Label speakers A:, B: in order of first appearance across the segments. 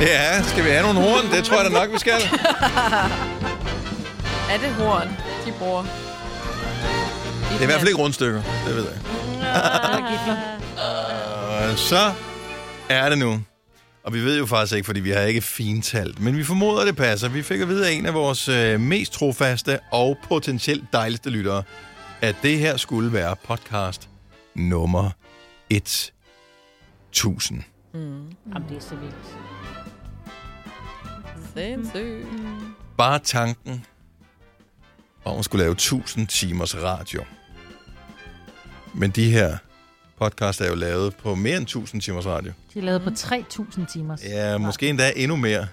A: Ja, skal vi have nogle horn? Det tror jeg da nok, vi skal.
B: Er det horn, de bruger?
A: Det er i hvert fald ikke rundstykker, det ved jeg. Og så er det nu. Og vi ved jo faktisk ikke, fordi vi har ikke fintalt, men vi formoder, det passer. Vi fik at vide af en af vores øh, mest trofaste og potentielt dejligste lyttere, at det her skulle være podcast nummer 1000.
C: Jamen, det er så vildt.
B: Sindssygt.
A: Bare tanken om at skulle lave 1000 timers radio. Men de her podcast er jo lavet på mere end 1000 timers radio.
C: De er lavet
D: Mhm.
C: på 3.000 timer.
A: Ja, måske endda endnu mere.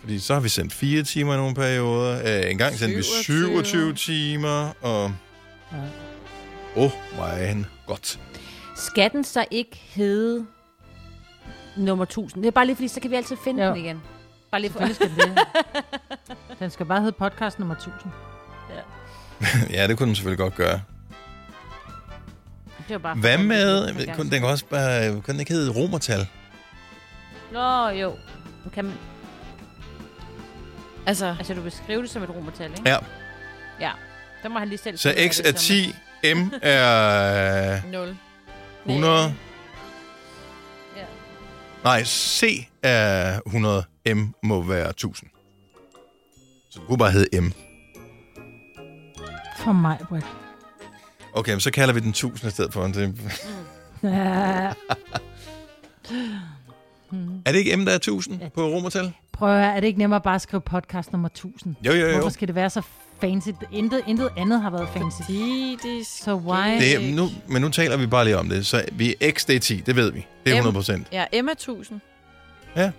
A: Fordi så har vi sendt fire timer i nogle perioder. Øh, en gang sendte vi
B: 27.
A: 27 timer, og...
C: Ja.
A: Åh, oh, my godt.
D: Skal den så ikke hedde nummer 1000? Det er bare lige, fordi så kan vi altid finde
C: Jo.
D: jo. den igen. Bare lige for...
C: Selvfølgelig skal den det. Den skal bare hedde podcast nummer 1000.
A: ja, det kunne den selvfølgelig godt gøre.
D: Det var bare for-
A: Hvad med...
D: Den gang.
A: Kunne, den kan også bare... Kunne den ikke hedde romertal?
D: Nå, jo. Nu Kan man,
B: Altså,
D: altså, du vil skrive det som et romertal, ikke?
A: Ja,
D: Ja. Der må han lige selv...
A: så
D: finde ud af
A: x
D: det
A: er
D: som-
A: 10, m er
B: 0.
A: 100.
D: Ja.
A: Nej, c er 100, m må være 1000. Så det kunne bare hedde m.
C: For mig, Britt.
A: Okay, men så kalder vi den 1000 i stedet for. Det,
C: Ja.
A: Er det ikke M, der er 1000 ja. på romertal?
C: Prøv at høre, er det ikke nemmere bare at skrive podcast nummer 1000?
A: Jo, jo, jo.
C: Hvorfor skal det være så fancy? Intet, intet andet har været fancy.
B: De, de skal...
C: Så why?
A: Det er, nu, men nu taler vi bare lige om det. Så vi er X, det er 10, det ved vi. Det er
B: M.
A: 100 procent.
B: Ja, Emma 1000.
A: Ja.
B: Ja,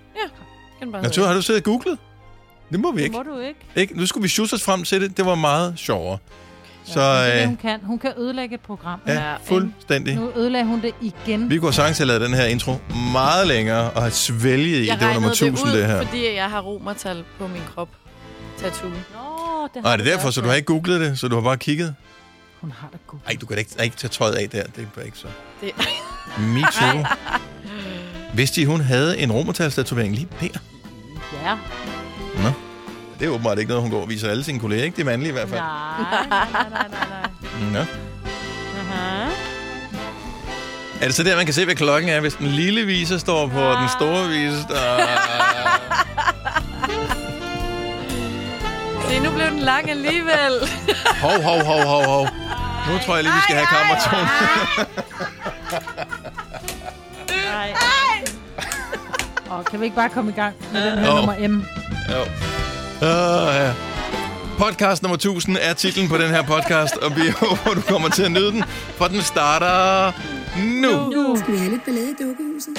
B: kan bare
A: Natur, har du siddet og googlet? Det må vi
D: Det
A: ikke.
D: må du ikke.
A: ikke? Nu skulle vi sjusse os frem til det. Det var meget sjovere. Så
C: Det er det,
A: øh,
C: hun kan. Hun kan ødelægge et program.
A: ja,
B: Ja,
A: fuldstændig.
C: Nu ødelagde hun det igen.
A: Vi kunne sagtens have lavet den her intro meget længere og have svælget i,
B: jeg
A: at det var nummer 1000,
B: det, ud,
A: det her.
B: fordi jeg har romertal på min krop. Tattoo.
D: Nå, det har
A: Og er det
D: du
A: derfor,
D: gjort.
A: så du har ikke googlet det, så du har bare kigget?
C: Hun har det godt.
A: Nej, du kan da ikke, ej, ikke tage tøjet af der. Det er ikke så.
B: Det,
A: Me too. Vidste I, hun havde en romertalstatovering lige der?
C: Ja.
A: Det er åbenbart ikke noget, hun går og viser alle sine kolleger, ikke? Det er mandlige i hvert fald.
C: Nej, nej, nej, nej, nej.
A: Nå.
B: Uh-huh.
D: Aha.
A: Er det så der, man kan se, hvad klokken er, hvis den lille viser står på den
B: Ah.
A: store viser? Der...
B: se, nu blev den lang alligevel.
A: Hov, hov, hov, hov, hov. Nu tror jeg lige, vi skal have kammerton.
C: Og kan vi ikke bare komme i gang med den her
A: Jo.
C: nummer M?
A: Jo. Åh, ja. Podcast nummer 1000 er titlen på den her podcast, og vi håber, du kommer til at nyde den, for den starter nu. nu.
E: Skal vi have lidt ballade i dukkehuset?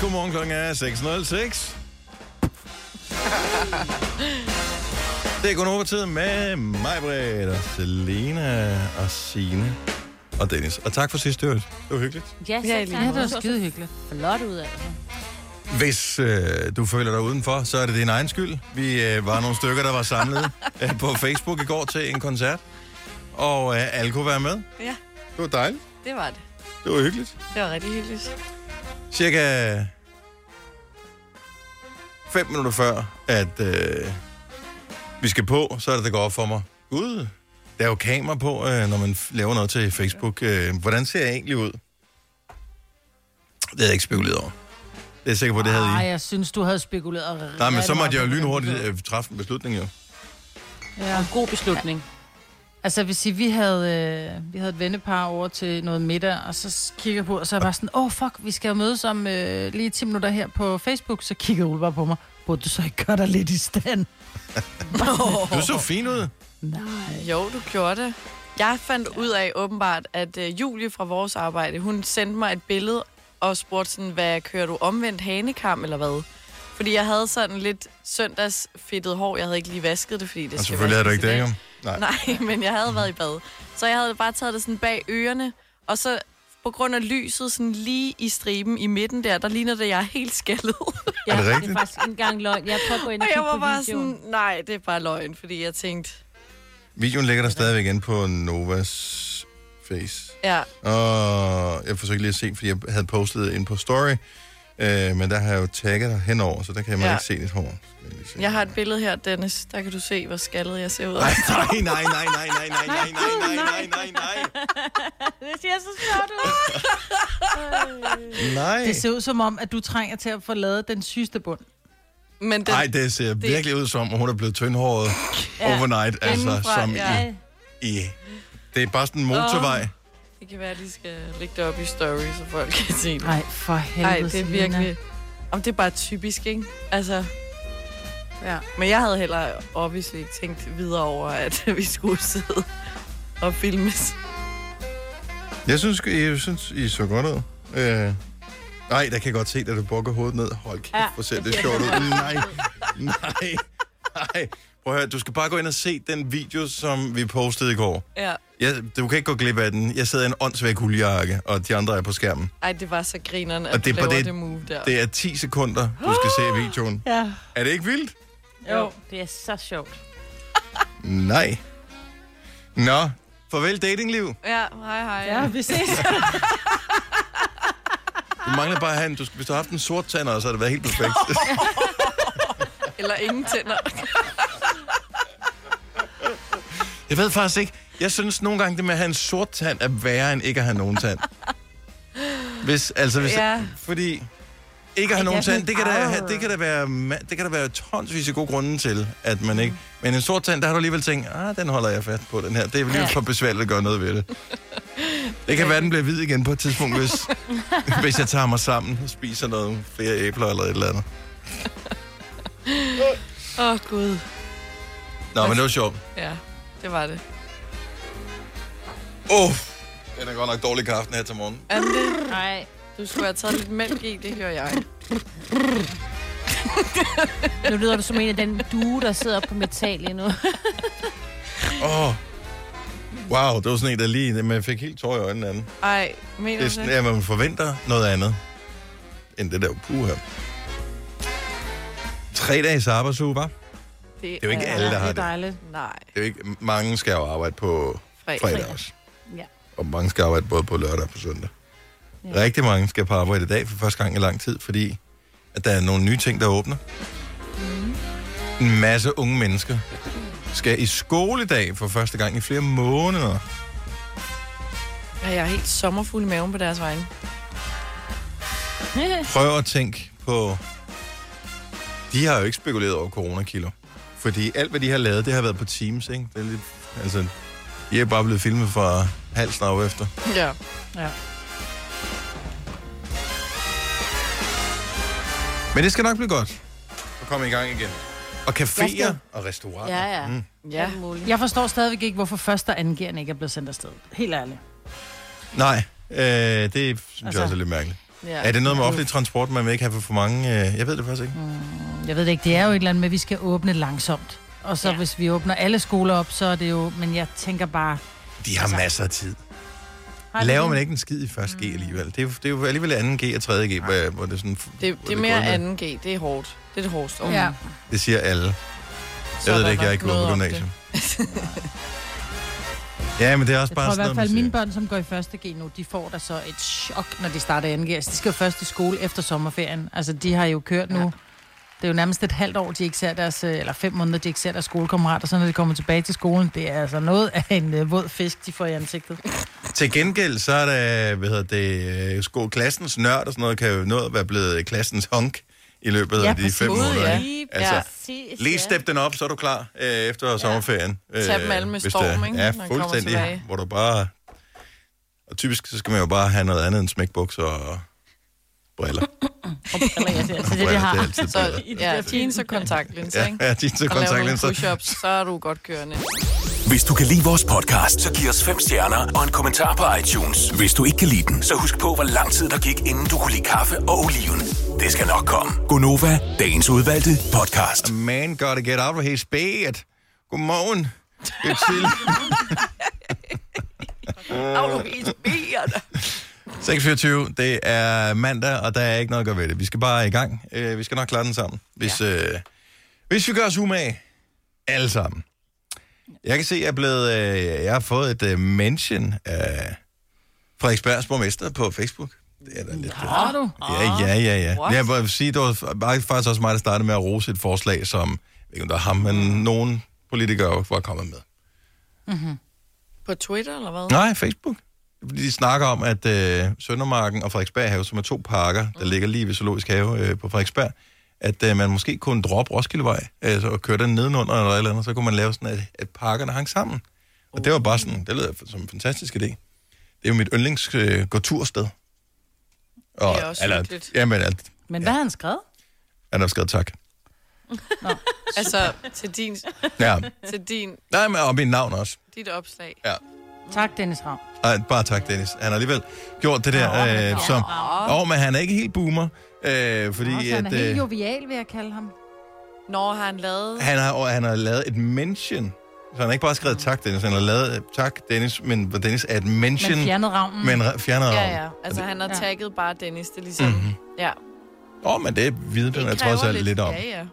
A: Godmorgen, klokken er 6.06. Det er kun over tid med mig, Britt, og Selena og Signe og Dennis. Og tak for sidst, det var, det var hyggeligt.
D: Ja,
B: Ja,
D: selv tak.
B: ja,
C: det var skide hyggeligt.
D: Flot ud af det.
A: Hvis øh, du føler dig udenfor, så er det din egen skyld. Vi øh, var nogle stykker, der var samlet øh, på Facebook i går til en koncert. Og øh, alle kunne være med.
B: Ja.
A: Det var dejligt.
B: Det var det.
A: Det var hyggeligt.
B: Det var rigtig hyggeligt.
A: Cirka 5 minutter før, at øh, vi skal på, så er det, det går op for mig. Gud, der er jo kamera på, øh, når man f- laver noget til Facebook. Øh, hvordan ser jeg egentlig ud? Det havde jeg ikke spekuleret over. Det er jeg sikker på, det havde I.
C: Nej, jeg synes, du havde spekuleret rigtig
A: Nej, men så måtte jeg jo
C: meget.
A: lynhurtigt øh, træffe en beslutning, jo.
C: Ja.
D: God beslutning.
C: Altså, jeg vil sige, vi havde, øh, vi havde et vennepar over til noget middag, og så s- kigger jeg på, og så er jeg bare sådan, åh, oh, fuck, vi skal jo mødes om øh, lige 10 minutter her på Facebook. Så kigger Ole bare på mig, burde du så ikke gøre dig lidt i stand?
A: Du så fin ud.
B: Jo, du gjorde det. Jeg fandt ud af åbenbart, at øh, Julie fra vores arbejde, hun sendte mig et billede og spurgte sådan, hvad kører du omvendt hanekam eller hvad? Fordi jeg havde sådan lidt søndagsfedtet hår. Jeg havde ikke lige vasket det, fordi det
A: Og
B: skal
A: selvfølgelig havde du
B: vaskes
A: ikke
B: i
A: det,
B: dag.
A: jo. Nej.
B: Nej, men jeg havde været i bad. Så jeg havde bare taget det sådan bag ørerne, og så på grund af lyset sådan lige i striben i midten der, der ligner det, at jeg er helt skaldet.
D: Ja,
A: det
D: Det
A: rigtigt?
D: er faktisk ikke engang løgn. Jeg prøver at gå ind
B: Og
D: og
B: jeg
D: kigge
B: var
D: på
B: bare
D: videoen.
B: sådan, nej, det er bare løgn, fordi jeg tænkte,
A: Videoen ligger der stadigvæk inde på Novas face.
B: Ja,
A: Og jeg forsøgte lige at se, fordi jeg havde postet ind på story, øh, men der har jeg jo tagget dig henover, så der kan man
B: Ja.
A: ikke se dit hår. Skal lige se.
B: jeg har et billede her, Dennis. Der kan du se, hvor skaldet jeg ser ud.
A: Nej, nej, nej, nej, nej, nej, nej, nej, nej, nej, nej, nej,
D: Det ser så sjovt ud.
A: nej.
C: Det ser ud som om, at du trænger til at få lavet den sygeste bund.
B: Men den,
A: Nej, det ser virkelig ud som, at hun er blevet tyndhåret overnight, altså
B: Indenfra,
A: som
B: ja.
A: i, i... Det er bare sådan en motorvej.
B: det kan være, at de skal lægge det op i story, så folk kan se det.
C: Nej, for helvede,
B: Nej, det er
C: Selina.
B: virkelig... Om det er bare typisk, ikke? Altså...
C: Ja.
B: Men jeg havde heller obviously ikke tænkt videre over, at vi skulle sidde og filmes.
A: Jeg synes, jeg synes, I så godt ud. Øh, nej, der kan jeg godt se, at du bukker hovedet ned. Hold kæft,
D: Ja,
A: hvor ser
D: det
A: det
D: ser
A: sjovt ud.
D: godt ud.
A: Nej, nej, nej. Prøv at høre, du skal bare gå ind og se den video, som vi postede i går.
B: Ja.
A: Jeg, du kan ikke gå glip af den. Jeg sidder i en åndssvag huljakke, og de andre er på skærmen.
B: Ej, det var så grineren, at
A: Og
B: og
A: det er
B: det
A: på
B: du laver
A: det-
B: det, det move der.
A: Det er 10 sekunder, du skal se i videoen.
B: Ja.
A: Er det ikke vildt?
D: Jo, det er så sjovt.
A: Nej. Nå, farvel datingliv.
B: Ja, hej hej.
C: Ja, vi ses.
A: Du mangler bare at have en, du skal, hvis du har haft en sort tander, så har det været helt perfekt.
B: Eller ingen tænder.
A: Jeg ved faktisk ikke. Jeg synes nogle gange, det med at have en sort tand er værre end ikke at have nogen tand. Hvis, altså, hvis, ja.
B: Ja.
A: Fordi ikke at have nogen tand, det kan, da, have- det, kan da være, ma- det kan da være tonsvis af gode grunde til, at man ikke... Men en sort tand, der har du alligevel tænkt, ah, den holder jeg fast på, den her. Det er alligevel
B: Ja.
A: for besværligt at gøre noget ved det. Det kan være, den bliver hvid igen på et tidspunkt, hvis, hvis jeg tager mig sammen og spiser noget flere æbler eller et eller andet.
B: Åh, oh, Gud.
A: Nå, men det var sjovt.
B: Ja, det var det.
A: Åh, oh, den er godt nok dårlig kaffe den her til morgen.
B: Er det
D: Nej.
B: du skulle have taget lidt mælk i, det gør jeg.
D: Nu lyder du som en af den due, der sidder på metal lige nu.
A: Åh. Oh. Wow, det var sådan en, der lige... Men jeg fik helt tår i øjnene af den.
B: Ej, mener
A: Det er
B: du
A: sådan,
B: det?
A: at man forventer noget andet, end det der puha. Tre dages arbejdsuge, var. Det
B: Det
A: er jo ikke alle, der har
C: det er
A: det.
C: dejligt.
B: Nej,
A: Det er jo ikke... Mange skal jo arbejde på
B: fredag.
A: fredag også.
D: Ja.
A: Og mange skal arbejde både på lørdag og på søndag. Ja. Rigtig mange skal på arbejde i dag for første gang i lang tid, fordi at der er nogle nye ting, der åbner.
B: Mm-hmm.
A: Mm. En masse unge mennesker skal i skoledag for første gang i flere måneder.
B: Ja, jeg er helt sommerfuld i maven på deres vegne.
A: prøv at tænke på... De har jo ikke spekuleret over coronakilo. Fordi alt, hvad de har lavet, det har været på Teams, ikke? Det er lidt, altså, de er bare blevet filmet fra halsen af efter.
B: Ja.
A: Men det skal nok blive godt at komme i gang igen. Og
D: Jeg
A: caféer
D: skal-
A: og restauranter.
D: Ja, ja.
A: Mm.
B: Ja.
D: Alt muligt.
C: Jeg forstår stadigvæk ikke, hvorfor første og anden gearne ikke er blevet sendt afsted. Helt ærligt.
A: Nej, øh, det synes altså,
C: Altså-
A: jeg også er lidt mærkeligt.
B: ja.
A: Er det noget med offentlig transport, man vil ikke have for for mange? Øh, jeg ved det faktisk ikke.
C: Jeg ved det ikke, det er jo et eller andet med, at vi skal åbne langsomt. Og så ja.
D: Ja.
C: hvis vi åbner alle skoler op, så er det jo... Men jeg tænker bare...
A: De har
C: Altså-
A: masser af tid.
C: har de
A: Laver
C: det?
A: man ikke en skid i 1. G alligevel? Det er, jo- det er jo alligevel 2. G og 3. G, hvor, hvor det er sådan...
B: Det, det er mere 2G. Det er hårdt. Det er det hårdeste år.
C: Ja.
A: Det siger alle.
B: Så er
A: Jeg ved
B: der
A: det ikke, jeg
B: nok
A: er ikke gået på
B: noget om
A: gymnasium. ja, men det er også
C: Jeg
A: bare
C: tror i hvert fald,
A: sådan noget,
C: at
A: man
C: mine
A: siger.
C: børn, som går i første G nu, de får da så et chok, når de starter i anden G. Altså, de skal jo først i skole efter sommerferien. Altså, de har jo kørt nu. Det er jo nærmest et halvt år, de ikke ser deres, øh, eller fem måneder, de ikke ser deres skolekammerater, så når de kommer tilbage til skolen, det er altså noget af en øh, våd fisk, de får i ansigtet.
A: Til gengæld, så er det, hvad hedder det, øh, sko, klassens nørd og sådan noget, kan jo nå at være blevet klassens honk i løbet
C: Ja,
A: af de fem
B: præcis.
A: måneder.
B: Ja.
A: ikke? Altså,
B: Ja.
D: Præcis,
A: Lige
D: ja.
A: step den op, så er du klar øh, efter sommerferien. Øh,
B: Tag dem alle med
A: hvis
B: storm,
A: det er-
B: ikke,
A: Ja,
B: når man kommer
A: fuldstændig.
B: tilbage.
A: Hvor du bare... Og typisk, så skal man jo bare have noget andet end smækbukser og briller.
D: Eller jeg siger,
C: Altså,
A: Og
C: det, de
A: briller,
C: har.
A: altid
B: Så
A: bedre.
B: ja, jeans og kontaktlinser, ikke?
A: Ja, ja, de så
B: Og laver nogle
A: kontaktlinser.
B: push-ups, så er du godt kørende.
F: Hvis du kan lide vores podcast, så giv os fem stjerner og en kommentar på iTunes. Hvis du ikke kan lide den, så husk på, hvor lang tid der gik, inden du kunne lide kaffe og oliven. Det skal nok komme. Gonova, dagens udvalgte podcast.
A: A man gotta get out of his bed. Godmorgen. Det er tidligt.
B: Au, du helt beder.
A: 6.24, det er mandag, og der er ikke noget at gøre ved det. Vi skal bare i gang. Øh, vi skal nok klare den sammen, hvis, ja. øh, hvis vi gør os umage. Alle sammen. Jeg kan se, at jeg, er blevet, øh, jeg har fået et øh, mention af Frederiksbergs borgmester på Facebook. Det er da lidt fedt.
C: Har du?
A: Ja, ja, ja, ja.
B: Ah, What?
A: Jeg vil sige, det var bare- faktisk også mig, der startede med at rose et forslag, som, jeg ved ikke, om der er ham, men
B: Mm.
A: nogen politikere var kommet med.
C: Mm-hmm.
B: På Twitter eller hvad?
A: Nej, Facebook. Fordi de snakker om, at øh, Søndermarken og Frederiksberg Have, som er to parker,
B: Mm.
A: der ligger lige ved Zoologisk Have øh, på Frederiksberg, at øh, man måske kunne droppe Roskildevej altså, og køre den nedenunder eller et eller andet, så kunne man lave sådan, at, at parkerne hang sammen. Og det var bare sådan, det lyder som en fantastisk idé. Det er jo mit yndlings øh, gåtursted. Og,
B: Det er også
A: eller,
B: hyggeligt.
A: jamen, alt,
C: Men hvad har han skrevet?
A: han har skrevet tak.
B: Altså til din,
A: Ja.
B: til din,
A: Nej, men og mit navn også.
B: dit opslag.
A: Ja.
C: Tak, Dennis Ravn.
A: Ej, bare tak, Dennis. Han har alligevel gjort det der, øh, som... Åh, men han er ikke helt boomer, øh, fordi
C: Også, han er
A: at...
C: helt
A: Øh,
C: jovial, vil jeg kalde ham.
B: Når har han lavet...
A: han, har, og han har lavet et mention. Så han har ikke bare skrevet tak, Dennis. Han har lavet øh, tak, Dennis, men hvor Dennis er et mention,
C: Men fjernede ravnen.
A: men re- fjernet
B: Ja,
A: ham.
B: ja. Altså, han har
C: Ja.
B: tagget bare Dennis. Det er ligesom... Mm-hmm. Ja.
A: Åh, men det vidner jeg
B: kræver
A: trods alt lidt om,
B: Ja, ja.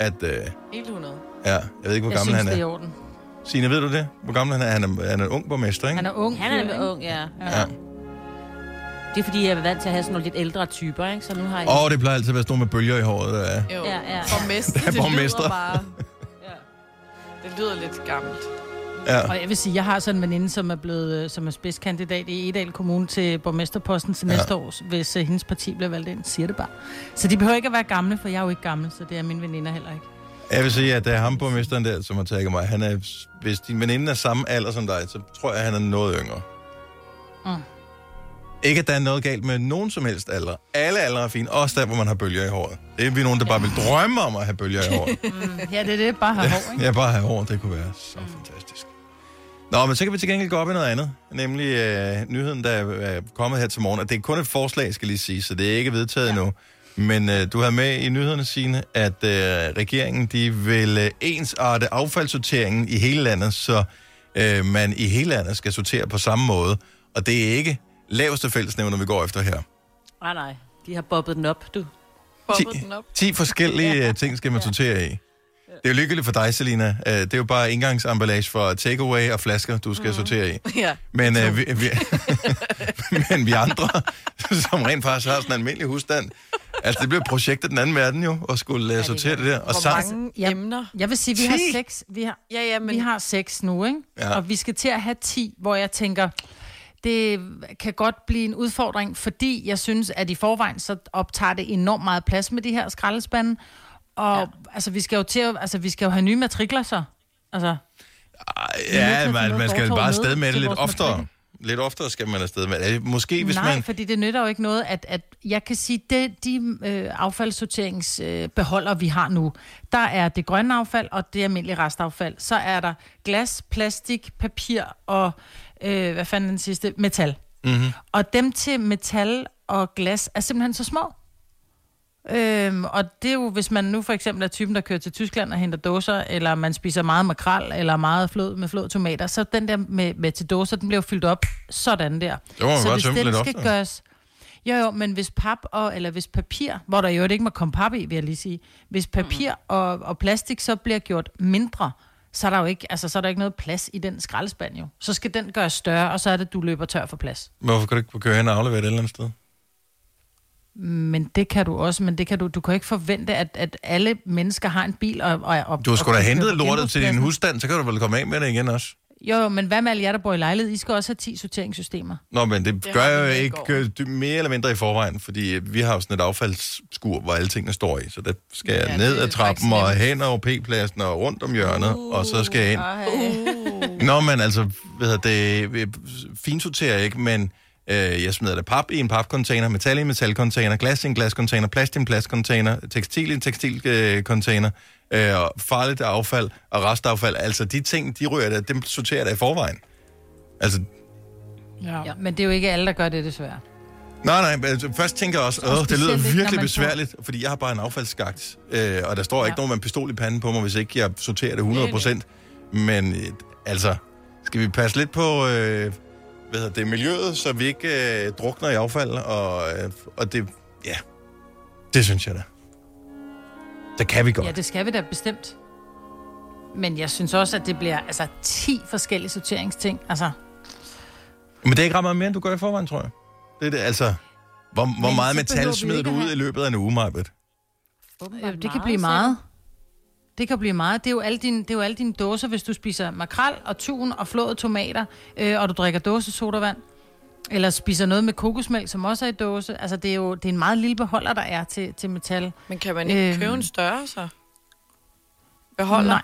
A: at... Øh,
B: Helt 100.
A: ja, jeg ved ikke, hvor
C: Jeg
A: gammel
C: synes,
A: han
C: det er i
A: er.
C: orden.
A: Signe, ved du det? Hvor gammel han er? Han er, han er en ung borgmester, ikke?
C: Han er ung.
D: Han er
C: fyr,
D: nemlig
C: ikke?
D: ung, ja.
A: Ja.
D: Det er fordi, jeg er vant til at have sådan nogle lidt ældre typer, ikke? Så nu har jeg...
A: Åh, det plejer altid at være sådan nogle med bølger i håret. der er.
B: Jo.
D: Ja, ja, ja.
B: Borgmester,
A: Der er
B: det lyder
A: borgmestre.
B: bare... Det lyder lidt gammelt.
A: Ja.
C: Og jeg vil sige, jeg har sådan en veninde, som er blevet øh, som er spidskandidat i Edal Kommune til borgmesterposten til
A: Ja.
C: næste år, hvis øh, hendes parti bliver valgt ind, siger det bare. Så de behøver ikke at være gamle, for jeg er jo ikke gammel, så det er mine veninder heller ikke.
A: Jeg vil sige, at det er ham borgmesteren der, som har taget mig. Han er, hvis din veninde er samme alder som dig, så tror jeg, at han er noget yngre. Mm.
C: Mm.
A: Ikke, at der er noget galt med nogen som helst alder. Alle aldre er fine, også der, hvor man har bølger i håret. Det er vi nogen, der bare vil drømme om at have bølger i håret.
C: Mm, Ja, det er det, bare har hår, ikke? Mm.
A: ja, bare have hår, det kunne være så fantastisk. Nå, men så kan vi til gengæld gå op i noget andet, nemlig øh, nyheden, der er er kommet her til morgen. Og det er kun et forslag, skal lige sige, så det er ikke vedtaget ja. endnu. Men øh, du har med i nyhederne, Signe, at øh, regeringen de vil øh, ensarte affaldssorteringen i hele landet, så øh, man i hele landet skal sortere på samme måde. Og det er ikke laveste fællesnævner, vi går efter her.
D: Nej, Ah, nej. De har bobbet den op, du.
B: Bobbet den op.
A: 10 forskellige ja. ting skal man sortere i. Det er jo lykkeligt for dig, Selina. Øh, Det er jo bare enggangsemballage for takeaway og flasker, du skal mm. sortere i.
B: Ja.
A: Men, øh, vi, vi, men vi andre, som rent faktisk har sådan en almindelig husstand, altså det bliver et projekt af den anden verden jo, at skulle ja, sortere det der. Og
B: Hvor
A: sammen,
B: mange
C: Ja.
B: emner.
C: Jeg vil sige, vi har
A: Ti?
C: seks, vi har,
B: Ja, ja, men
C: vi har seks nu, ikke?
A: Ja.
C: Og vi skal til at have ti, hvor jeg tænker, det kan godt blive en udfordring, fordi jeg synes, at i forvejen så optager det enormt meget plads med de her skraldespande. Og ja. altså, vi skal jo til at, altså, vi skal jo have nye matrikler så. Altså,
A: Ej,
C: er nødt til at
A: ja,
C: finde
A: man,
C: noget
A: man skal
C: fortov
A: bare
C: med
A: afsted med det
C: til
A: lidt
C: vores
A: oftere.
C: matrikel.
A: Lidt oftere skal man afsted med det. Måske hvis
C: nej,
A: man...
C: fordi det nytter jo ikke noget, at, at jeg kan sige, det de øh, affaldssorteringsbeholder, øh, beholdere, vi har nu, der er det grønne affald og det almindelige restaffald. Så er der glas, plastik, papir og, øh, hvad fanden er den sidste, metal.
A: Mhm.
C: Mm-hmm. Og dem til metal og glas er simpelthen så små. Øhm, og det er jo, hvis man nu for eksempel er typen, der kører til Tyskland og henter dåser, eller man spiser meget makrel, eller meget flød med flåd tomater, så den der med, med til dåser, den bliver jo fyldt op sådan der.
A: Så må man
C: så
A: godt
C: hvis
A: tømme
C: den
A: den lidt
C: skal
A: oftere.
C: gøres... Jo, jo, men hvis pap og, eller hvis papir, hvor der jo ikke må komme pap i, vil jeg lige sige, hvis papir mm. og, og plastik så bliver gjort mindre, så er der jo ikke, altså, så er der ikke noget plads i den skraldespand jo. Så skal den gøres større, og så er det, du løber tør for plads.
A: Hvorfor kan du ikke køre hen og aflevere det et eller andet sted?
C: Men det kan du også, men det kan du, du kan ikke forvente, at, at alle mennesker har en bil. Og, og, og
A: Du har
C: og
A: sgu da
C: kan køre
A: hentet
C: på
A: lortet til din
C: genbrugspladsen.
A: husstand, så kan du vel komme af med det igen også.
C: Jo, jo, men hvad med alle jer, der bor i lejlighed? I skal også have 10 sorteringssystemer.
A: Nå, men det, det
B: Det
A: gør
B: har vi
A: jeg jo
B: med i
A: ikke
B: går.
A: øh, dy- mere eller mindre i forvejen, fordi øh, vi har jo sådan et affaldsskur, hvor alle tingene står i. Så der skal jeg
B: Ja,
A: ned
B: det er
A: ad trappen
B: faktisk
A: og hen over P-pladsen og rundt om hjørnet, uh, og så skal jeg ind. Uh. Nå, men altså, ved jeg, det øh, finsorterer jeg ikke, men øh, jeg smider da pap i en papcontainer, metal i en metalcontainer, glas i en glascontainer, plast i en plastcontainer, tekstil i en tekstilcontainer, øh, og farligt affald og restaffald. Altså, de ting, de rører der, dem sorterer jeg da i forvejen. Altså,
C: Ja. ja. Men det er jo ikke alle, der gør det, desværre.
A: Nej, nej, men altså, først tænker jeg også,
C: Og
A: åh, det lyder
C: specielt ikke, når
A: virkelig
C: man
A: besværligt, fordi jeg har bare en affaldsskagt, øh, og der står ikke
C: Ja.
A: nogen med en pistol i panden på mig, hvis ikke jeg sorterer det 100%. Men øh, altså, skal vi passe lidt på øh, hvad hedder det, miljøet, så vi ikke øh, drukner i affald, og, øh, og det, ja, det synes jeg da. Det kan vi godt.
C: Ja, det skal vi da bestemt. Men jeg synes også, at det bliver altså 10 forskellige sorteringsting. Altså,
A: Men det er ikke ret meget mere, end du gør i forvejen, tror jeg. Det er det, altså... Hvor, hvor
C: Men
A: meget
C: så
A: metal
C: behøver vi
A: smider
C: ikke
A: du
C: at
A: ud
C: have-
A: i løbet af en uge, Marbet?
C: Ja, det kan blive meget. Det kan blive meget. Det er, jo alle dine, det er jo alle dine dåser, hvis du spiser makrel og tun og flåede tomater, øh, og du drikker dåsesodavand, eller spiser noget med kokosmælk, som også er i dåse. Altså, det er jo det er en meget lille beholder, der er til, til metal.
B: Men kan man ikke
C: Øhm.
B: købe en større, så? Beholder?
C: Nej.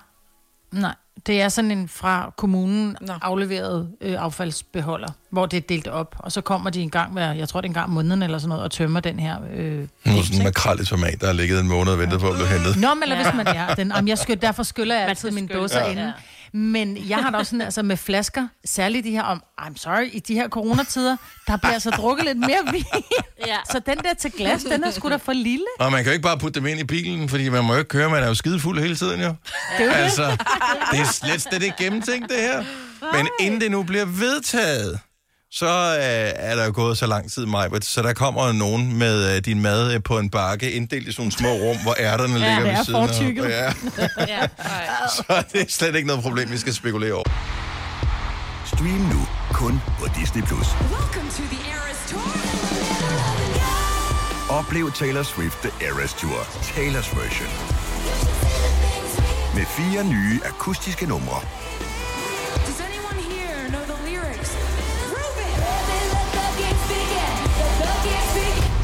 C: Nej. Det er sådan en fra kommunen
B: Nå.
C: Nå. afleveret øh, affaldsbeholder, hvor det er delt op. Og så kommer de en gang hver, jeg tror det er en gang om måneden eller sådan noget, og tømmer den her. Øh,
A: Nu er sådan en makrel i tomat, der har ligget en måned og ventet på at blive hentet.
C: Nå, men eller hvis man er den. Jamen, jeg skyld, derfor skyller jeg
D: Man
C: altid
D: skal
C: mine
D: skylde,
C: dåser
D: ja.
C: ja. inden. Men jeg har da også sådan, altså med flasker, særligt de her, om, I'm sorry, i de her coronatider, der bliver altså drukket lidt mere vin.
D: Ja.
C: Så den der til glas, den er sgu da for lille.
A: Og man kan jo ikke bare putte dem ind i bilen, fordi man må jo ikke køre, man er jo skide fuld hele tiden jo.
C: Det er jo det.
A: Altså, det er slet slet ikke gennemtænkt det her. Men inden det nu bliver vedtaget, så øh, er der jo gået så lang tid, Majbert, så der kommer nogen med øh, din mad øh, på en bakke, inddelt i sådan nogle små rum, hvor ærterne ja, ligger
C: det er
A: ved siden af.
C: fortykket.
A: Ja,
D: Ja.
A: så det er slet ikke noget problem, vi skal spekulere over.
F: Stream nu kun på Disney+. Plus. Oplev Taylor Swift The Eras Tour, Taylor's version. Med fire nye akustiske numre.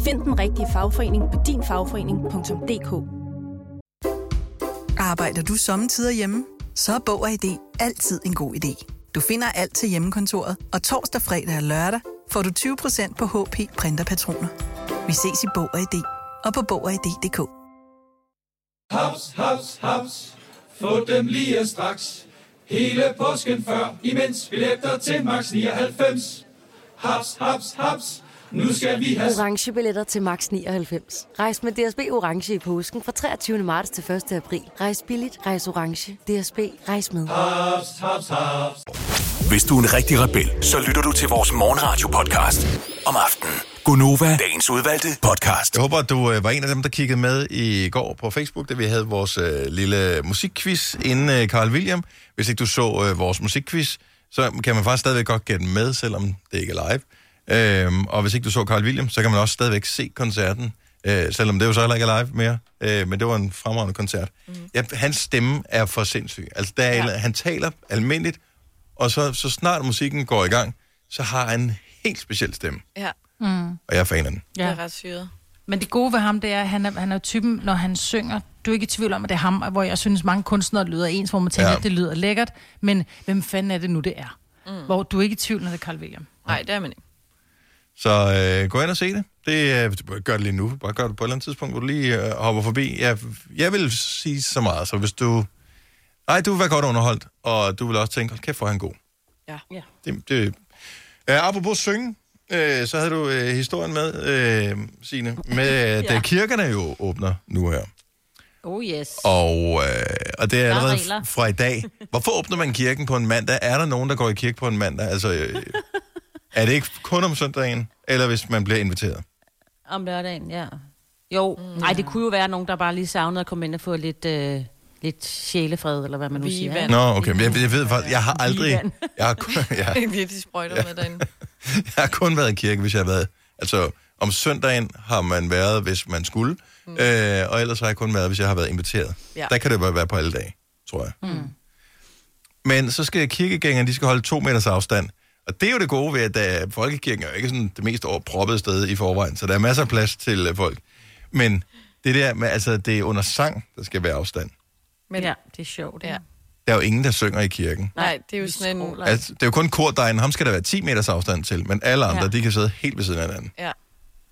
E: Find den rigtige fagforening på dinfagforening.dk.
G: Arbejder du sommetider hjemme? Så er Bog og ID altid en god idé. Du finder alt til hjemmekontoret, og torsdag, fredag og lørdag får du 20% på HP Printerpatroner. Vi ses i Bog og ID og på Bog og ID.dk.
H: Haps, haps, haps. Få dem lige straks. Hele påsken før, imens billetter til max 99. Haps, haps, haps. Nu skal vi have
I: Orange billetter til max 99. Rejs med DSB Orange i påsken fra 23. marts til 1. april. Rejs billigt, rejs orange. DSB, rejs med.
H: haps, haps, haps.
F: Hvis du er en rigtig rebel, så lytter du til vores morgenradio-podcast om aftenen. Gunova, dagens udvalgte podcast.
A: Jeg håber, at du øh, var en af dem, der kiggede med i går på Facebook, da vi havde vores øh, lille musikquiz inden øh, Carl William. Hvis ikke du så øh, vores musikquiz, så kan man faktisk stadigvæk godt gætte med, selvom det ikke er live. Øhm, og hvis ikke du så Carl William, så kan man også stadigvæk se koncerten, øh, selvom det jo så heller ikke er live mere. Øh, men det var en fremragende koncert. Mm. Ja, hans stemme er for sindssyg. Altså, der er, ja. han taler almindeligt, og så, så snart musikken går i gang, så har han en helt speciel stemme.
B: Ja,
A: Og jeg er fan af den.
B: det er ret syret.
C: Mm, Men det gode ved ham, det er, at han er, han er typen, når han synger, du er ikke i tvivl om, at det er ham, og hvor jeg synes, mange kunstnere lyder ens, hvor man tænker,
A: Ja.
C: ja. det lyder lækkert, men hvem fanden er det nu, det er? Mm. Hvor du er ikke i tvivl, når det er Carl William.
B: Nej, det er man ikke.
A: Så øh, gå ind og se det. det øh, du behøver ikke gøre det lige nu. Bare gør det på et eller andet tidspunkt, hvor du lige øh, hopper forbi. Jeg, jeg vil sige så meget, så hvis du... Nej, du vil være godt underholdt, og du vil også tænke, hold kæft, hvor er han god.
B: Ja. ja.
A: Det, det... Øh, apropos synge, øh, så havde du øh, historien med, øh, Signe, med, øh, da
D: Ja.
A: kirkerne jo åbner nu her.
D: Oh yes.
A: Og, øh, og det
D: Der
A: er
D: er
A: allerede
D: regler.
A: fra i dag. Hvorfor åbner man kirken på en mandag? Er der nogen, der går i kirke på en mandag? Altså, øh, er det ikke kun om søndagen, eller hvis man bliver inviteret?
D: Om lørdagen, ja. Jo,
B: Mm.
D: nej, det kunne jo være nogen, der bare lige savnede at komme ind og få lidt, øh, lidt sjælefred, eller hvad man nu siger.
B: Vigevand.
D: ikke?
A: Nå, okay, men jeg, jeg ved faktisk, jeg har aldrig,
D: Ligegang.
A: jeg har, kun, jeg,
B: Det er de sprøjter med derinde.
A: jeg har kun været i kirke, hvis jeg har været, altså om søndagen har man været, hvis man skulle, mm. øh, og ellers har jeg kun været, hvis jeg har været inviteret. Ja.
B: Ja.
A: Der kan det bare være på alle dage, tror jeg. Mm. Men så skal kirkegængerne, de skal holde to meters afstand, og det er jo det gode ved, at øh, folkekirken er jo ikke sådan det mest overproppede sted i forvejen, så der er masser af plads til øh, folk. Men det der med, altså det er under sang, der skal være afstand.
B: Men
D: Ja,
B: ja.
D: det er sjovt.
B: Ja.
D: Ja.
A: Der er jo ingen, der synger i kirken.
B: nej, det er jo sådan en...
A: Altså, det er jo kun kordejen, ham skal der være 10 meters afstand til, men alle andre, ja.
D: Ja.
A: de kan sidde helt ved siden af hinanden.
B: Ja.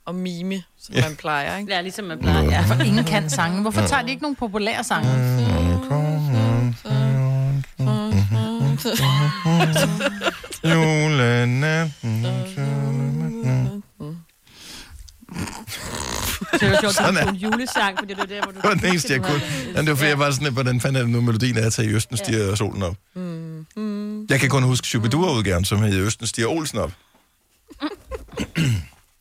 B: Og mime, som man plejer, ikke?
D: Ja, ligesom man plejer. Ja.
C: For ingen kan sange. Hvorfor tager de ikke nogle populære sange?
A: Julenatten.
D: Det er jo sjovt, at
A: Sådan
D: det
A: er.
D: er en julesang, fordi det er der, hvor du...
A: Det var den eneste, jeg kunne. Jamen, det var fordi, jeg var sådan, lidt, hvordan fanden er det nu, melodien er til I Østen stiger solen op? Jeg kan kun huske Shubidua-udgaven, som hed I Østen stiger Olsen op.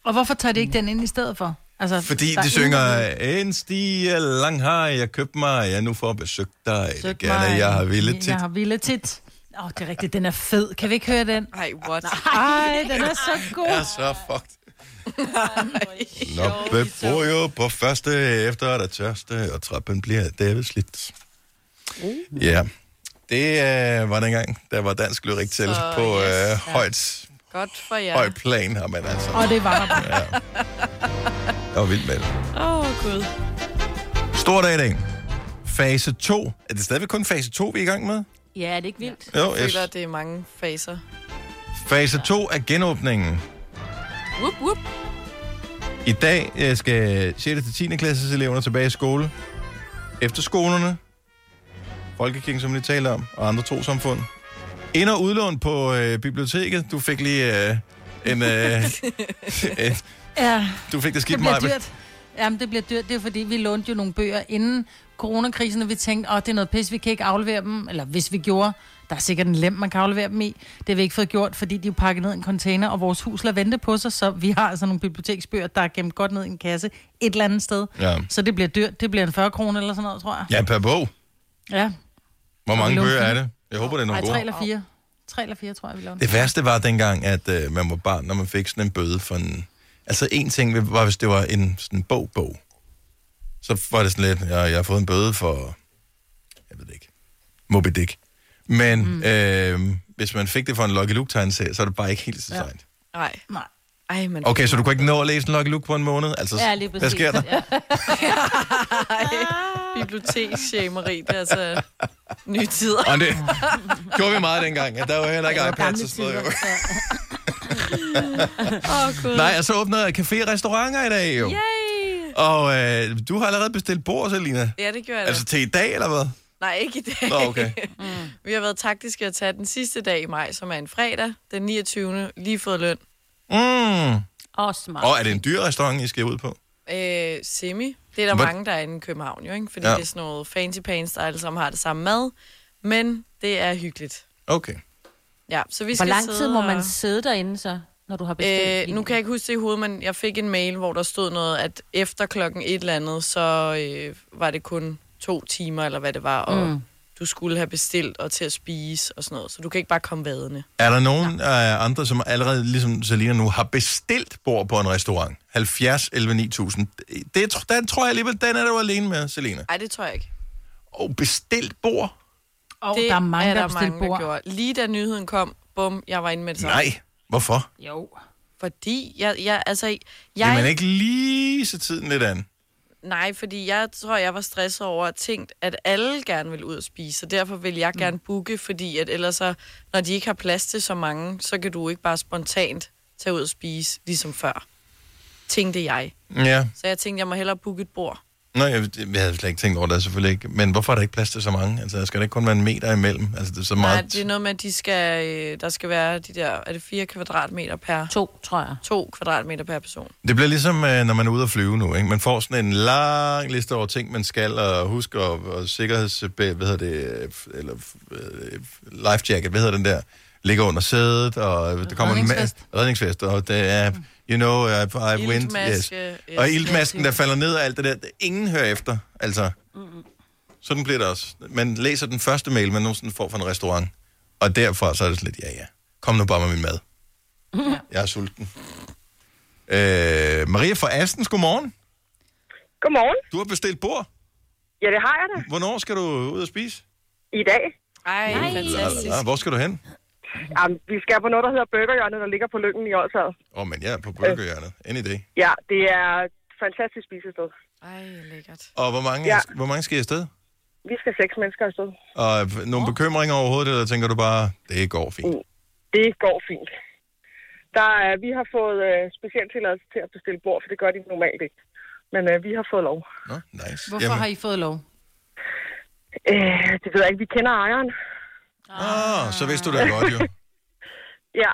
C: Og hvorfor tager det ikke den ind i stedet for? Altså,
A: Fordi
C: der er
A: de synger,
C: ingen-
A: en stige lang har jeg købt mig, jeg nu får besøgt dig,
C: Søg
A: det gerne jeg har ville tit.
C: Jeg har ville tit. Åh, oh, det er rigtigt, den er fed. Kan vi ikke høre den?
B: Ej, what?
C: Ej, den er så god.
A: er så fucked. Nå, bebor jo på første, efter er der tørste, og trappen bliver David slidt.
B: Uh.
A: Ja, det øh, var dengang, der var dansk lyrik til på øh, højt,
B: Godt for jer.
A: højt plan, har man altså.
C: Og det var der bare.
A: Jeg var vild med det.
B: Åh, oh, Gud.
A: Stor dag i dag. Fase 2. Er det stadigvæk kun fase 2, vi er i gang med?
D: Ja, er det ikke vildt?
A: Jo,
B: Jeg
A: yes.
B: føler, det er mange faser.
A: Fase 2 er genåbningen.
B: Whoop, whoop.
A: I dag øh, skal 6. til 10. klasses eleverne tilbage i skole. Efterskolerne, Folkekirken, som vi lige talte om, og andre trosamfund. Ind- og udlån på øh, biblioteket. Du fik lige øh, en... Øh, øh,
C: Ja.
A: du fik det
C: Det
A: skidt
C: bliver
A: meget.
C: dyrt. Jamen, det bliver dyrt. Det er fordi, vi lånte jo nogle bøger inden coronakrisen, og vi tænkte, åh, det er noget pis, vi kan ikke aflevere dem. Eller hvis vi gjorde, der er sikkert en lem, man kan aflevere dem i. Det har vi ikke fået gjort, fordi de er pakket ned i en container, og vores hus lader vente på sig, så vi har altså nogle biblioteksbøger, der er gemt godt ned i en kasse et eller andet sted.
A: Ja.
C: Så det bliver dyrt. Det bliver en 40 kroner eller sådan noget, tror jeg.
A: Ja, per bog.
C: Ja.
A: Hvor mange
C: låne
A: bøger er
C: fire?
A: det? Jeg håber, det er
C: Ej,
A: nogle
C: tre
A: gode.
C: eller fire. Tre eller fire, tror jeg, vi lånte.
A: Det værste var dengang, at øh, man var barn, når man fik sådan en bøde for en... Altså en ting var, hvis det var en sådan bog-bog. Så var det sådan lidt, jeg, jeg har fået en bøde for... Jeg ved det ikke. Moby Dick. Men mm. øh, hvis man fik det for en Lucky Luke-tegnserie, så er det bare ikke helt så sejt. Ja.
B: Nej.
C: Nej.
B: Ej, men...
A: Okay, så du kunne ikke nå at læse en Lucky Luke på en måned? Altså,
D: Ja, lige præcis.
A: hvad sker der?
D: Ja.
B: Biblioteksshameri, det er altså nye tider.
A: Og det gjorde vi meget dengang. Ja, der var heller ikke iPads og sådan noget. jo.
B: Åh, oh, Gud.
A: Nej, og så åbnede café-restauranter i dag jo.
B: Yay!
A: Og øh, du har allerede bestilt bord, Selina.
B: Ja, det gjorde jeg
A: Altså
B: altså...
A: til i dag, eller hvad?
B: Nej, ikke i dag. Mm.
A: Nå, okay.
B: Vi har været taktiske at tage den sidste dag i maj, som er en fredag, den 29. Lige fået løn.
A: Mm.
D: Åh, oh, smart.
A: Og er det en dyr restaurant, I skal ud på?
B: Øh, semi. Det er der
A: Hvor-
B: Hvor... mange, der er inde i København, jo, ikke? Fordi
A: Ja.
B: ja. det er sådan noget fancy pants, der alle sammen har det samme mad. Men det er hyggeligt.
A: Okay.
B: Ja, så vi
D: Hvor
B: skal
D: lang tid
B: sidde
D: må
B: og-
D: man sidde derinde så, når du har bestilt?
B: Øh, nu kan jeg ikke huske det i hovedet, men jeg fik en mail, hvor der stod noget, at efter klokken et eller andet, så øh, var det kun to timer, eller hvad det var, og mm. du skulle have bestilt og til at spise og sådan noget, så du kan ikke bare komme vadende.
A: Er der nogen ja. øh, andre, som allerede, ligesom Selina nu, har bestilt bord på en restaurant? 70, 11, 9000. Det, tr- den tror jeg alligevel, den er du alene med, Selina.
B: Nej, det tror jeg ikke.
A: Og bestilt bord?
C: Og
B: det
C: der er mange, der
B: der
C: har bestilt
B: mange, der
C: bord.
B: gjorde. Lige da nyheden kom, bum, jeg var inde med det samme.
A: Nej. Hvorfor?
D: Jo.
B: Fordi, jeg, jeg, altså, jeg,
A: Jeg... Vil man ikke lige se tiden lidt an?
B: Nej, fordi jeg tror, jeg var stresset over at tænkt, at alle gerne vil ud og spise, så derfor vil
C: Mm.
B: jeg gerne booke, fordi at ellers så, når de ikke har plads til så mange, så kan du ikke bare spontant tage ud og spise, ligesom før, tænkte jeg.
A: Ja.
B: Så jeg tænkte, jeg må hellere booke et bord.
A: Nå, jeg, jeg havde slet ikke tænkt over det, selvfølgelig ikke. Men hvorfor er der ikke plads til så mange? Altså, der skal der ikke kun være en meter imellem? Altså, det er så
B: Nej,
A: meget...
B: det er noget med, at de skal, øh, der skal være de der, er det fire kvadratmeter per,
D: To, tror jeg.
B: to kvadratmeter per person.
A: Det bliver ligesom, øh, når man er ude at flyve nu. Ikke? Man får sådan en lang liste over ting, man skal, og husk, og, og sikkerheds... øh, Hvad hedder det? øh, f- Eller øh, life jacket, hvad hedder den der? Ligger under sædet, og der kommer en...
C: Redningsvest.
A: ma- Redningsvest. Og det er, you know, I, I went... Yes.
B: Iltmaske, yes,
A: Og iltmasken, der falder ned og alt det der, det- ingen hører efter. Altså, sådan bliver det også. Man læser den første mail, man nogensinde får fra en restaurant, og derfra så er det sådan lidt, ja ja, kom nu bare med min mad. Jeg er sulten. Øh, Maria fra Astens, godmorgen.
J: Godmorgen.
A: Du har bestilt bord.
J: Ja, det har jeg da.
A: Hvornår skal du ud og spise?
J: I dag.
B: Ej,
A: La, la,
B: fantastisk.
A: la. Hvor skal du hen?
J: Jamen, vi skal på noget, der hedder Burgerhjørnet, der ligger på Lyngen i Årsad.
A: Åh, oh, men jeg er
J: Øh.
A: på burgerhjørnet. Any day.
J: Ja, det er et fantastisk spisested.
B: Ej, lækkert.
A: Og hvor mange, ja.
J: Ja.
A: hvor mange skal I afsted?
J: Vi skal seks mennesker afsted.
A: Og nogle bekymringer overhovedet, eller tænker du bare, det går fint?
J: Mm. Det går fint. Der er, vi har fået øh, specielt tilladelse til at bestille bord, for det gør de normalt ikke. Men øh, vi har fået lov.
A: Nå, nice.
C: Hvorfor har I fået lov?
J: Øh, det ved jeg ikke. Vi kender ejeren.
A: Ah, så vidste du da godt jo.
J: Ja,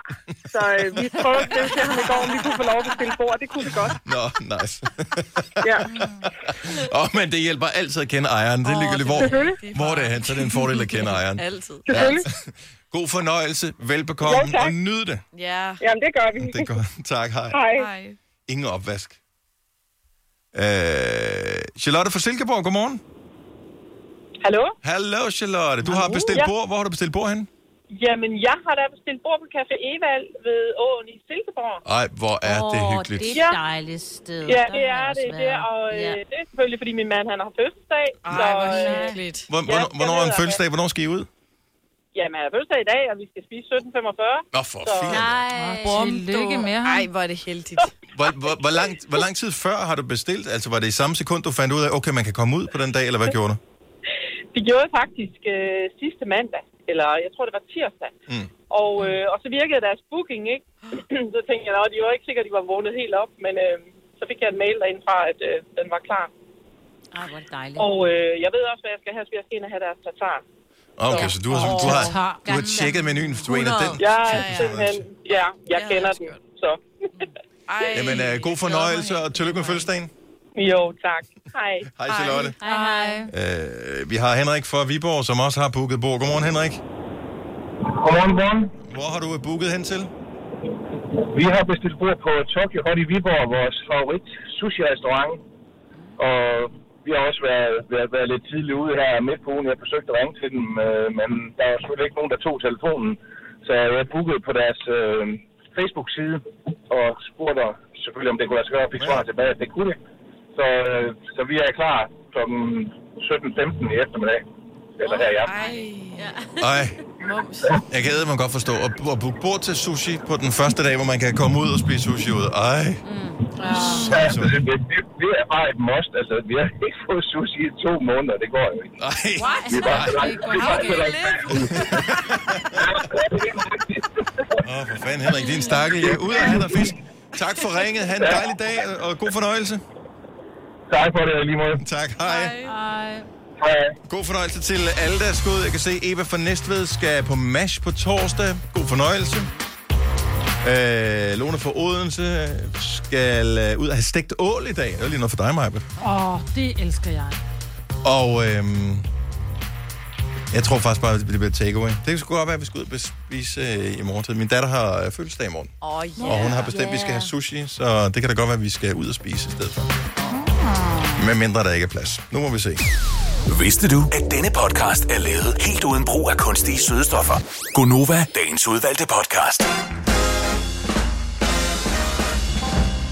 J: så øh, vi prøvede at skrive til ham i går, om vi kunne få lov at bestille bord. Det kunne vi godt.
A: Nå, nice.
J: Ja.
A: Åh, oh, men det hjælper altid at kende ejeren. Det er ligegyldigt, hvor,
J: selvfølgelig.
A: hvor det er hen, så er det en fordel at kende ejeren.
B: Altid.
J: Selvfølgelig.
A: God fornøjelse, velbekomme,
J: Jo, tak.
A: og nyd det.
B: Ja.
J: Jamen, det gør vi.
A: Det er godt. Tak, hej.
J: Hej.
B: Hej.
A: Ingen opvask. Øh, Charlotte fra Silkeborg, godmorgen.
J: Hallo?
A: Hallo, Charlotte. Du har bestilt
J: Ja.
A: bord. Hvor har du bestilt bord hen?
J: Jamen, jeg har da bestilt bord på Café Evald ved Åen i Silkeborg.
A: Ej, hvor er oh, det
D: Åh,
A: hyggeligt.
D: det
A: Det...
D: er et dejligt sted.
J: Ja,
D: Der
J: det
D: har
J: er
D: jeg også
J: det. det er,
D: været.
J: og øh,
D: Ja.
J: det er selvfølgelig, fordi min mand han har fødselsdag. så,
B: Ej, hvor
J: øh,
B: hyggeligt.
A: Hvornår,
J: skal
A: hvornår er en
J: ned og-
A: fødselsdag? Hvornår skal I ud?
J: jamen, han har fødselsdag i dag, og vi skal spise 17.45.
A: Nå, for
J: Så-
A: fint.
D: Nej,
C: Bum, Tillykke med ham.
B: Ej, hvor er det heldigt.
A: Hvor, hvor, hvor, langt, hvor lang tid før har du bestilt? Altså, var det i samme sekund, du fandt ud af, okay, man kan komme ud på den dag, eller hvad gjorde du?
J: Vi gjorde det faktisk øh, sidste mandag, eller jeg tror, det var tirsdag.
A: Mm.
J: Og, øh, og så virkede deres booking, ikke? så tænkte jeg, at de var ikke sikkert, de var vågnet helt op, men øh, så fik jeg en mail derindefra, at øh, den var klar.
D: Ej, hvor er det dejligt.
J: Og øh, jeg ved også, hvad jeg skal have, så jeg skal ind og have deres tatar.
A: Okay, så du har, du har, du har tjekket menuen, for du er en af den
J: Ja,
A: type, som-
J: simpelthen, ja, jeg
B: Ja,
J: kender
B: det er
J: den, så.
B: Ej,
A: Jamen, øh, god fornøjelse, og tillykke med fødselsdagen.
J: Jo, tak. Hej.
A: Hej, Charlotte.
D: Hej, hej.
A: Øh, vi har Henrik fra Viborg, som også har booket bord. Godmorgen, Henrik.
H: Godmorgen, godmorgen.
A: Hvor har du øh, booket hen til?
H: Vi har bestilt bord på Tokyo Hot i Viborg, vores favorit sushi-restaurant. Og vi har også været, været, været lidt tidligt ude her midt på ugen. Jeg forsøgte at ringe til dem, øh, men der var selvfølgelig ikke nogen, der tog telefonen. Så jeg bookede på deres øh, Facebook-side og spurgte selvfølgelig, om det kunne lade sig gøre. Jeg fik svar tilbage, at det kunne det. Så, øh, så vi er klar kl. 17.15 i eftermiddag. Eller her i aften.
B: Ej,
A: Ej,
B: mums.
A: jeg kan man godt forstå. At, at booke bord til sushi på den første dag, hvor man kan komme ud og spise sushi ud. Ej,
H: Ja, altså, det, det, det, det er bare et must. Altså, vi har ikke fået sushi i to måneder. Det går jo ikke.
A: ej.
H: Vi er bare så langt.
C: Det går
H: Vi er bare
C: ikke.
H: så langt.
A: Åh, for fanden, Henrik, din stakkel. Ja, ud af han og fisk. Tak for ringet. Ha' en dejlig dag, og god fornøjelse.
H: Tak for det, og i lige måde.
A: Tak, hej.
H: Hej.
A: God fornøjelse til alle, der er skudt. Jeg kan se, Eva fra Næstved skal på MASH på torsdag. God fornøjelse. Øh, Lone fra Odense skal øh, ud og have stegt ål i dag. Det er lige noget for dig, Maja.
C: Åh, oh, det elsker jeg.
A: Og øhm, jeg tror faktisk bare, at det bliver takeaway. Det kan sgu godt være, at vi skal ud og spise øh, i morgen. Min datter har øh, fødselsdag i morgen,
B: Åh, ja.
A: og hun har bestemt, at vi skal have sushi, så det kan da godt være, at vi skal ud og spise i stedet for.
C: Ah.
A: Med mindre der ikke er plads. Nu må vi se.
F: Vidste du, at denne podcast er lavet helt uden brug af kunstige sødestoffer? Gonova, dagens udvalgte podcast.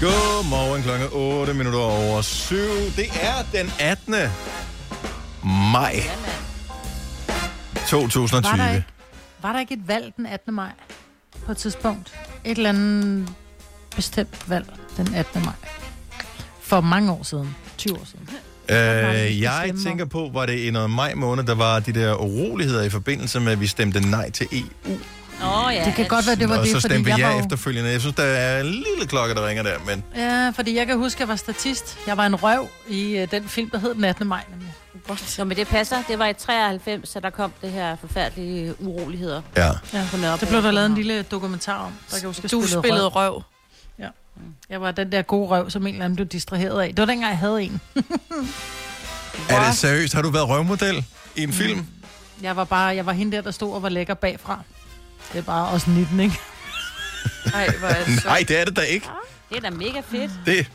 A: Godmorgen klokken 8 minutter over 7. Det er den 18. maj 2020.
C: Var der ikke, var der ikke et valg den 18. maj på et tidspunkt? Et eller andet bestemt valg den 18. maj. For mange år siden. 20 år siden.
A: Øh, jeg tænker på, var det i noget maj måned, der var de der uroligheder i forbindelse med, at vi stemte nej til EU,
D: Åh, ja.
C: Det kan godt være, det var
A: og
C: det,
A: så
C: fordi
A: stemte
C: jeg
A: jeg
C: var jo-
A: efterfølgende. Jeg synes, der er en lille klokke, der ringer der, men
C: Ja, fordi jeg kan huske, at jeg var statist. Jeg var en røv i øh, den film, der hed den 18. maj. Nemlig.
D: Nå, men det passer. Det var i 93, så der kom det her forfærdelige uroligheder
A: ja.
D: på Nørrebro.
C: Der blev der lavet en lille dokumentar om. Der kan jeg huske, jeg
B: Du spillede
C: røv.
B: røv.
C: Jeg var den der gode røv, som en eller anden blev distraheret af. Det var dengang, jeg havde en.
A: Er det seriøst? Har du været røvmodel i en film?
C: Jeg var bare, jeg var hende der, der stod og var lækker bagfra. Det er bare også 19, ikke?
B: Ej, hvor er det så.
A: Nej, det er det da ikke.
D: Det er da mega fedt.
A: Det,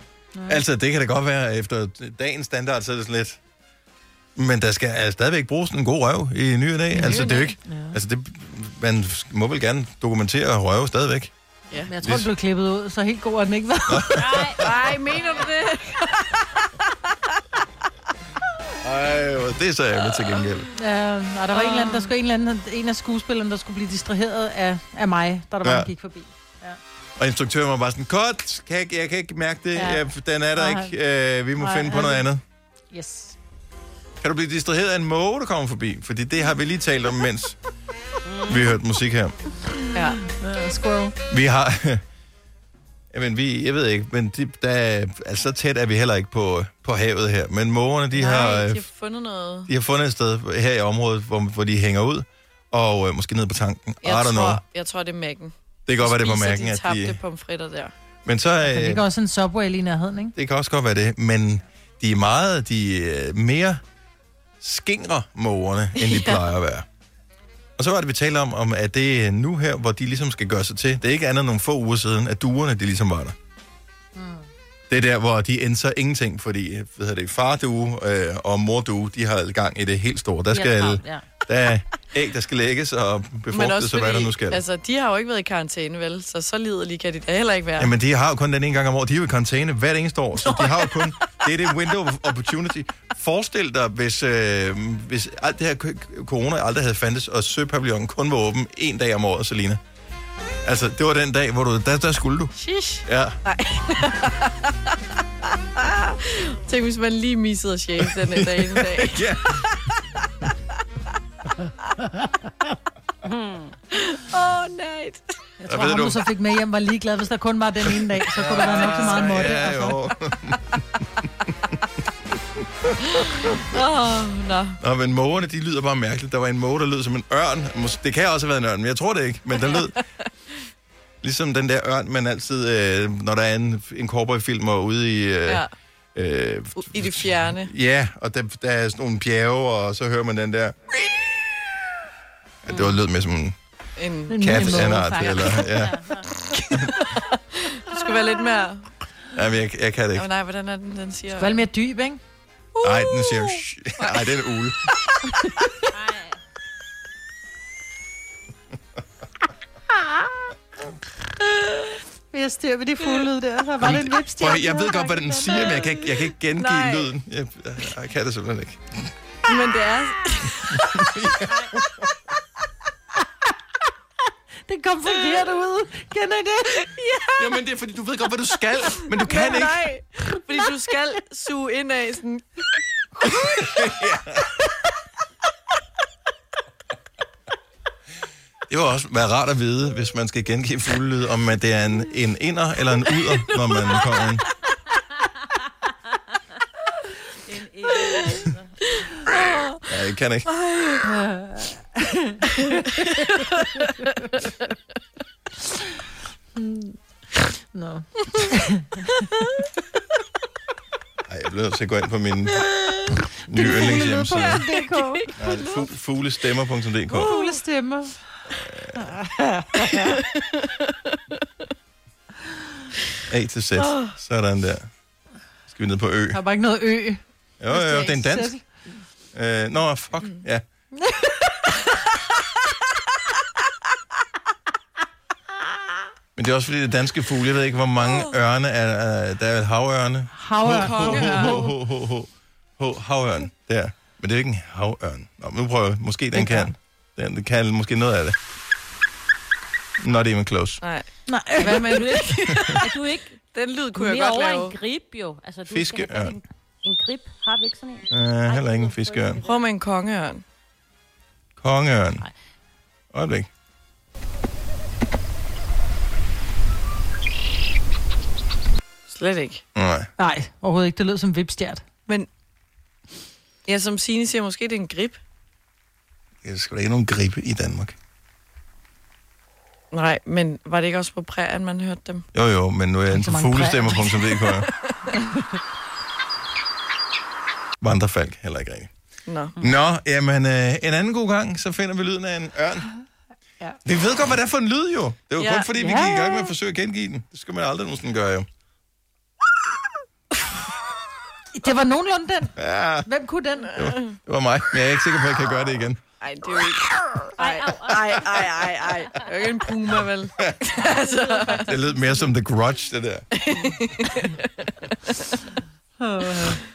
A: altså, det kan da godt være, at efter dagens standard, så er det sådan lidt... Men der skal altså, stadigvæk bruges en god røv i ny og næ. Altså, det er jo ikke... Altså, det, man må vel gerne dokumentere røve stadigvæk.
C: Men jeg tror, den blev klippet ud, så helt god er den ikke været.
B: Nej, nej, mener du det?
A: Ej, hvor- det er så ærgerligt til gengæld.
C: Uh, og der var en, eller anden, der skulle en, eller anden, en af skuespillerne, der skulle blive distraheret af, af mig, da der var,
A: Ja.
C: ja. gik forbi.
A: Og instruktøren var bare sådan, kort, kan jeg, jeg kan ikke mærke det, ja.
C: Ja.
A: jeg, den er der
C: Nej.
A: ikke, øh, vi må
C: Nej,
A: finde på
C: han-
A: noget andet.
C: Yes.
A: Kan du blive distraheret af en måge, der kommer forbi? Fordi det har vi lige talt om, mens vi hørte musik her.
B: Ja.
C: Uh, squirrel.
A: Vi har... Jamen, vi, jeg ved ikke, men de, der, er- altså, så tæt er vi heller ikke på, på havet her. Men mågerne, de, har,
B: Nej,
A: øh,
B: de har fundet noget.
A: de har fundet et sted her i området, hvor, hvor de hænger ud. Og øh, måske ned på tanken. I
B: Jeg
A: don't know.
B: tror, jeg tror, det er Mac'en.
A: Det kan godt være, det er på
B: spiser
A: mærken,
B: de
A: at
B: tabte
A: de...
B: pomfritter der.
A: Men så,
C: Der
A: øh,
C: ligger også en Subway lige i nærheden, ikke?
A: det kan også godt være det, men de er meget, de er mere skingre mågerne, end de plejer at være. Og så var det, vi talte om, om, at det er nu her, hvor de ligesom skal gøre sig til. Det er ikke andet end nogle få uger siden, at duerne, de ligesom var der. Mm. Det er der, hvor de ændrer så ingenting, fordi øh, hvad hedder det, far due øh, og mor due, de har gang i det helt store. Der skal,
D: travlt, ja.
A: der er æg, der skal lægges
B: Men
A: og
B: også
A: befrugtes, og
B: fordi,
A: hvad der nu skal.
B: altså, de har jo ikke været i karantæne, vel? Så så liderlige kan de da heller ikke være.
A: Jamen, de har jo kun den ene gang om året. De er jo i karantæne hvert eneste år, så de har jo kun... Det er det window of opportunity. Forestil dig, hvis, øh, hvis alt det her k- corona aldrig havde fandtes, og søpavillonen kun var åben en dag om året, Selina. Altså, det var den dag, hvor du... Der, der skulle du.
B: Shish.
A: Ja.
B: Tænk, hvis man lige missede at shave den her dag en dag.
A: Ja.
B: Hmm. Åh, oh, nej.
C: Jeg
A: Hvad
C: tror,
A: ved
C: ham,
A: du?
C: du så fik med hjem, var ligeglad, hvis der kun var den ene dag. Så kunne der være nok så meget måtte.
A: Ja, jo.
B: Åh, nå.
A: Nå, men mågerne, de lyder bare mærkeligt. Der var en måge, der lød som en ørn. Mås- Det kan også have været en ørn, men jeg tror det ikke. Men den lød ligesom den der ørn, man altid, øh, når der er en, en cowboyfilm og ude i... Øh,
B: Ja.
A: øh,
B: U- I det fjerne.
A: Ja, og der, der er sådan nogle bjerge, og så hører man den der... Ja, det var lød med som en
B: En,
A: kat
C: Lille
A: anart,
D: faktisk.
A: eller... Ja.
B: det skulle være lidt mere...
A: ja men jeg, jeg kan det
B: Oh,
A: ikke.
B: nej, hvordan er den, den siger?
C: Valg mere dyb, ikke?
A: Nej, den siger... "Shh." Nej, den er en ule.
C: Vil jeg styr ved de fulde lyd der? Der var det en
A: Prøv, at høre, jeg ved godt, hvad den siger, men jeg kan ikke, jeg kan ikke gengive
B: Nej.
A: lyden. Jeg, jeg, jeg kan det simpelthen ikke.
B: Men det er...
C: Det kom forkert ud. Kender I det?
A: Jamen, det er fordi, du ved godt, hvad du skal, men du kan ikke.
B: Nej, fordi du skal suge ind af sådan...
A: Det var også være rart at vide, hvis man skal gengive fuglelyd, om at det er en, en inder eller en uder, når man kommer ind. Ja, jeg kan ikke.
C: Nå.
A: Ej, jeg bliver nødt til at gå ind på min nye yndlingshjemmeside.
C: DK.
A: Ja, fu- Fuglestemmer.dk
C: Fulde stemmer.
A: A til Z. Sådan der. Skal vi ned på ø.
C: Der var ikke noget ø.
A: Jo, jo, jo, det er en dansk. Øh, Nå, fuck, ja. Men det er også fordi, det er danske fugle. Jeg ved ikke, hvor mange ørne er. øh, Der er et havørne.
C: Havørn.
A: Ho, ho, ho, ho, ho, havørn. Der. Men det er jo ikke en havørn. Nå, men nu prøver jeg. Måske den kan. Den den kan måske noget af det. Not even close.
B: Nej,
C: Nej.
B: hvad med det?
D: Er du ikke
B: Den lyd
D: du
B: kunne
D: er
B: jeg
D: mere
B: godt
D: over
B: lave.
D: en grib, jo? Altså, du
A: Fiskeørn.
D: Skal have fat i en, en grib. Har vi ikke sådan en?
A: Uh, heller ikke en fiskeørn.
B: Prøv med en kongeørn.
A: Kongeørn. Øjeblik.
B: Slet ikke.
A: Nej.
C: Nej, overhovedet ikke. Det lød som vipstjert.
B: Men... Ja, som Signe siger, måske det er en grip.
A: Jeg skal da ikke nogen gribe i Danmark.
B: Nej, men var det ikke også på prærien, man hørte dem?
A: Jo, jo, men nu er jeg inde
C: så
A: på
C: mange
A: fuglestemmer.dk. Vandrefalk, heller ikke rigtigt.
B: Nå.
A: Nå, jamen, øh, en anden god gang, så finder vi lyden af en ørn. Ja. Vi ved godt, hvad det er for en lyd, jo. Det var ja.
B: Ja.
A: kun fordi, vi gik i gang med at forsøge at gengive den. Det skal man aldrig nogensinde gøre, jo.
C: Det var nogenlunde den.
A: Ja, det
C: Hvem kunne den?
A: var mig, men jeg er ikke sikker på, at jeg kan gøre det igen.
B: Ej, det er jo ikke... Ej, ej, ej, ej, ej. Det er jo ikke en puma, vel? altså,
A: Det lød mere som The Grudge, det der.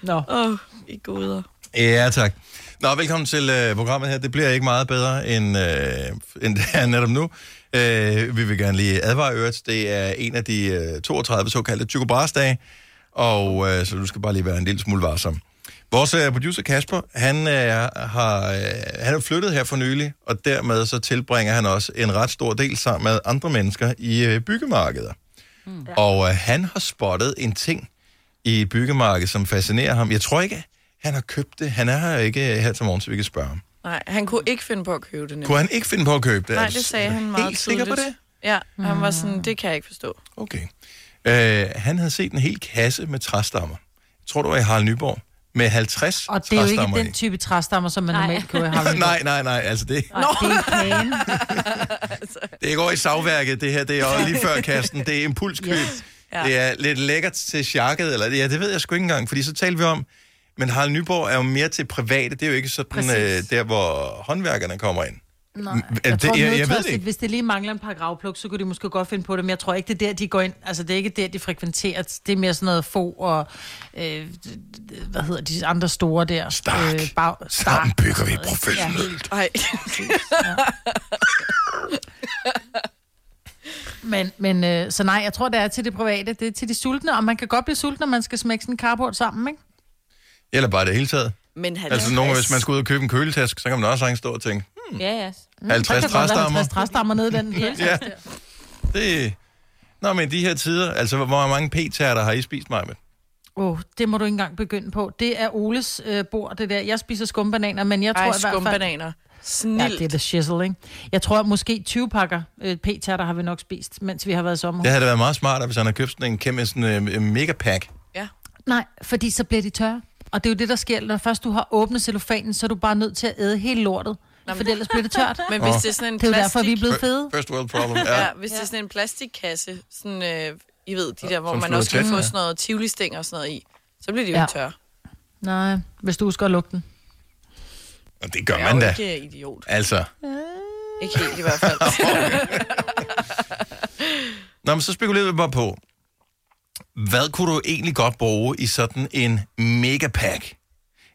C: Nå.
B: åh, oh, I goder.
A: Ja, tak. Nå, velkommen til øh, programmet her. Det bliver ikke meget bedre, end, øh, end det er netop nu. Øh, vi vil gerne lige advare øvrigt. Det er en af de øh, 32 såkaldte Tjukobras-dage, og øh, så du skal bare lige være en lille smule varsom. Vores øh, producer Kasper, han, øh, har, øh, han er flyttet her for nylig, og dermed så tilbringer han også en ret stor del sammen med andre mennesker i øh, byggemarkeder. Mm. Og øh, han har spottet en ting, i et byggemarked, som fascinerer ham. Jeg tror ikke, han har købt det. Han er her ikke øh, her til morgen, så vi kan spørge ham.
B: Nej, han kunne ikke finde på at købe det nemlig.
A: Kunne han ikke finde på at købe det?
B: Nej,
A: Er du
B: det sagde han meget
A: Helt sikker på det?
B: tydeligt. Ja, han var
C: Mm.
B: sådan, det kan jeg ikke forstå.
A: Okay. Øh, han havde set en hel kasse med træstammer. Jeg tror, det var i Harald Nyborg. Med 50
C: Og det er jo ikke
A: træstammer
C: den type træstammer, som man
K: Nej.
C: normalt kører i
A: i.
C: Harald.
A: nej, nej, nej. Altså det,
C: Nå. Det er kagen.
A: det går i savværket, det her. Det er også lige før kasten. Det er impulskøb. Yes. Ja.
B: Ja.
A: Det er lidt lækkert til sjakket, eller ja, det ved jeg sgu ikke engang, fordi så talte vi om, men Harald Nyborg er jo mere til private, det er jo ikke sådan øh, der, hvor håndværkerne kommer ind.
C: Nej.
A: det-
C: Jeg, tror,
A: jeg- jeg ved det
C: nødtørstligt,
A: ikke.
C: Hvis det lige mangler en par gravpluk, så kunne de måske godt finde på det, men jeg tror ikke, det er der, de går ind. Altså, det er ikke der, de frekventerer. Det er mere sådan noget få og, øh, hvad hedder de andre store der? Øh,
A: Stark.
C: bag,
A: Sammen
C: stark.
A: bygger vi professionelt.
B: Ej.
C: Men, men øh, så nej, jeg tror, det er til det private. Det er til de sultne, og man kan godt blive sulten, når man skal smække sådan en cardboard sammen, ikke?
A: Eller bare det hele taget.
B: Men han
A: Altså nogle gange, hvis man skal ud og købe en køletask, så kan man også sagtens stå og tænke,
K: Ja, ja.
A: hmm, 50
C: Der kan Mm. godt være
A: træstammer,
C: 50 træstammer nede i den pølse.
A: Ja. "Hmm, det... Nå, men i de her tider, altså hvor mange p-tærter har I spist mig med?
C: Åh, oh, det må du ikke engang begynde på. Det er Oles øh, bord, det der. Jeg spiser skumbananer, men jeg tror
B: Ej,
C: i hvert fald...
B: skumbananer. Snilt.
C: Ja, det er the shizzle, ikke? Jeg tror måske 20 pakker øh, p-tærter har vi nok spist, mens vi har været i sommerhus.
A: Det havde da været meget smart, hvis han havde købt sådan en kæmpe sådan, øh, mega pack.
C: Nej, fordi så bliver de tørre. Og det er jo det, der sker, når først du har åbnet cellofanen, så er du bare nødt til at æde hele lortet.
B: Nå,
C: For
B: men-
C: ellers bliver det tørt.
B: Men hvis det er sådan en
C: Det er jo derfor, vi er
B: plastik...
C: blevet fede.
A: First world problem. Ja.
B: Ja, hvis det er sådan en plastikkasse, sådan, øh, I ved, de der, hvor
A: Som
B: man
A: flyver
B: også kan
A: tæt, ja.
B: få sådan noget tivoli og sådan noget i, så bliver de jo
C: Ja.
B: ja. tørre.
C: Nej, hvis du husker at lukke den.
A: Og det gør
B: Jeg er
A: man
B: jo
A: da.
B: ikke idiot.
A: Altså.
B: Ikke helt i hvert fald.
A: Nå, men så spekulerede vi bare på, hvad kunne du egentlig godt bruge i sådan en mega pack?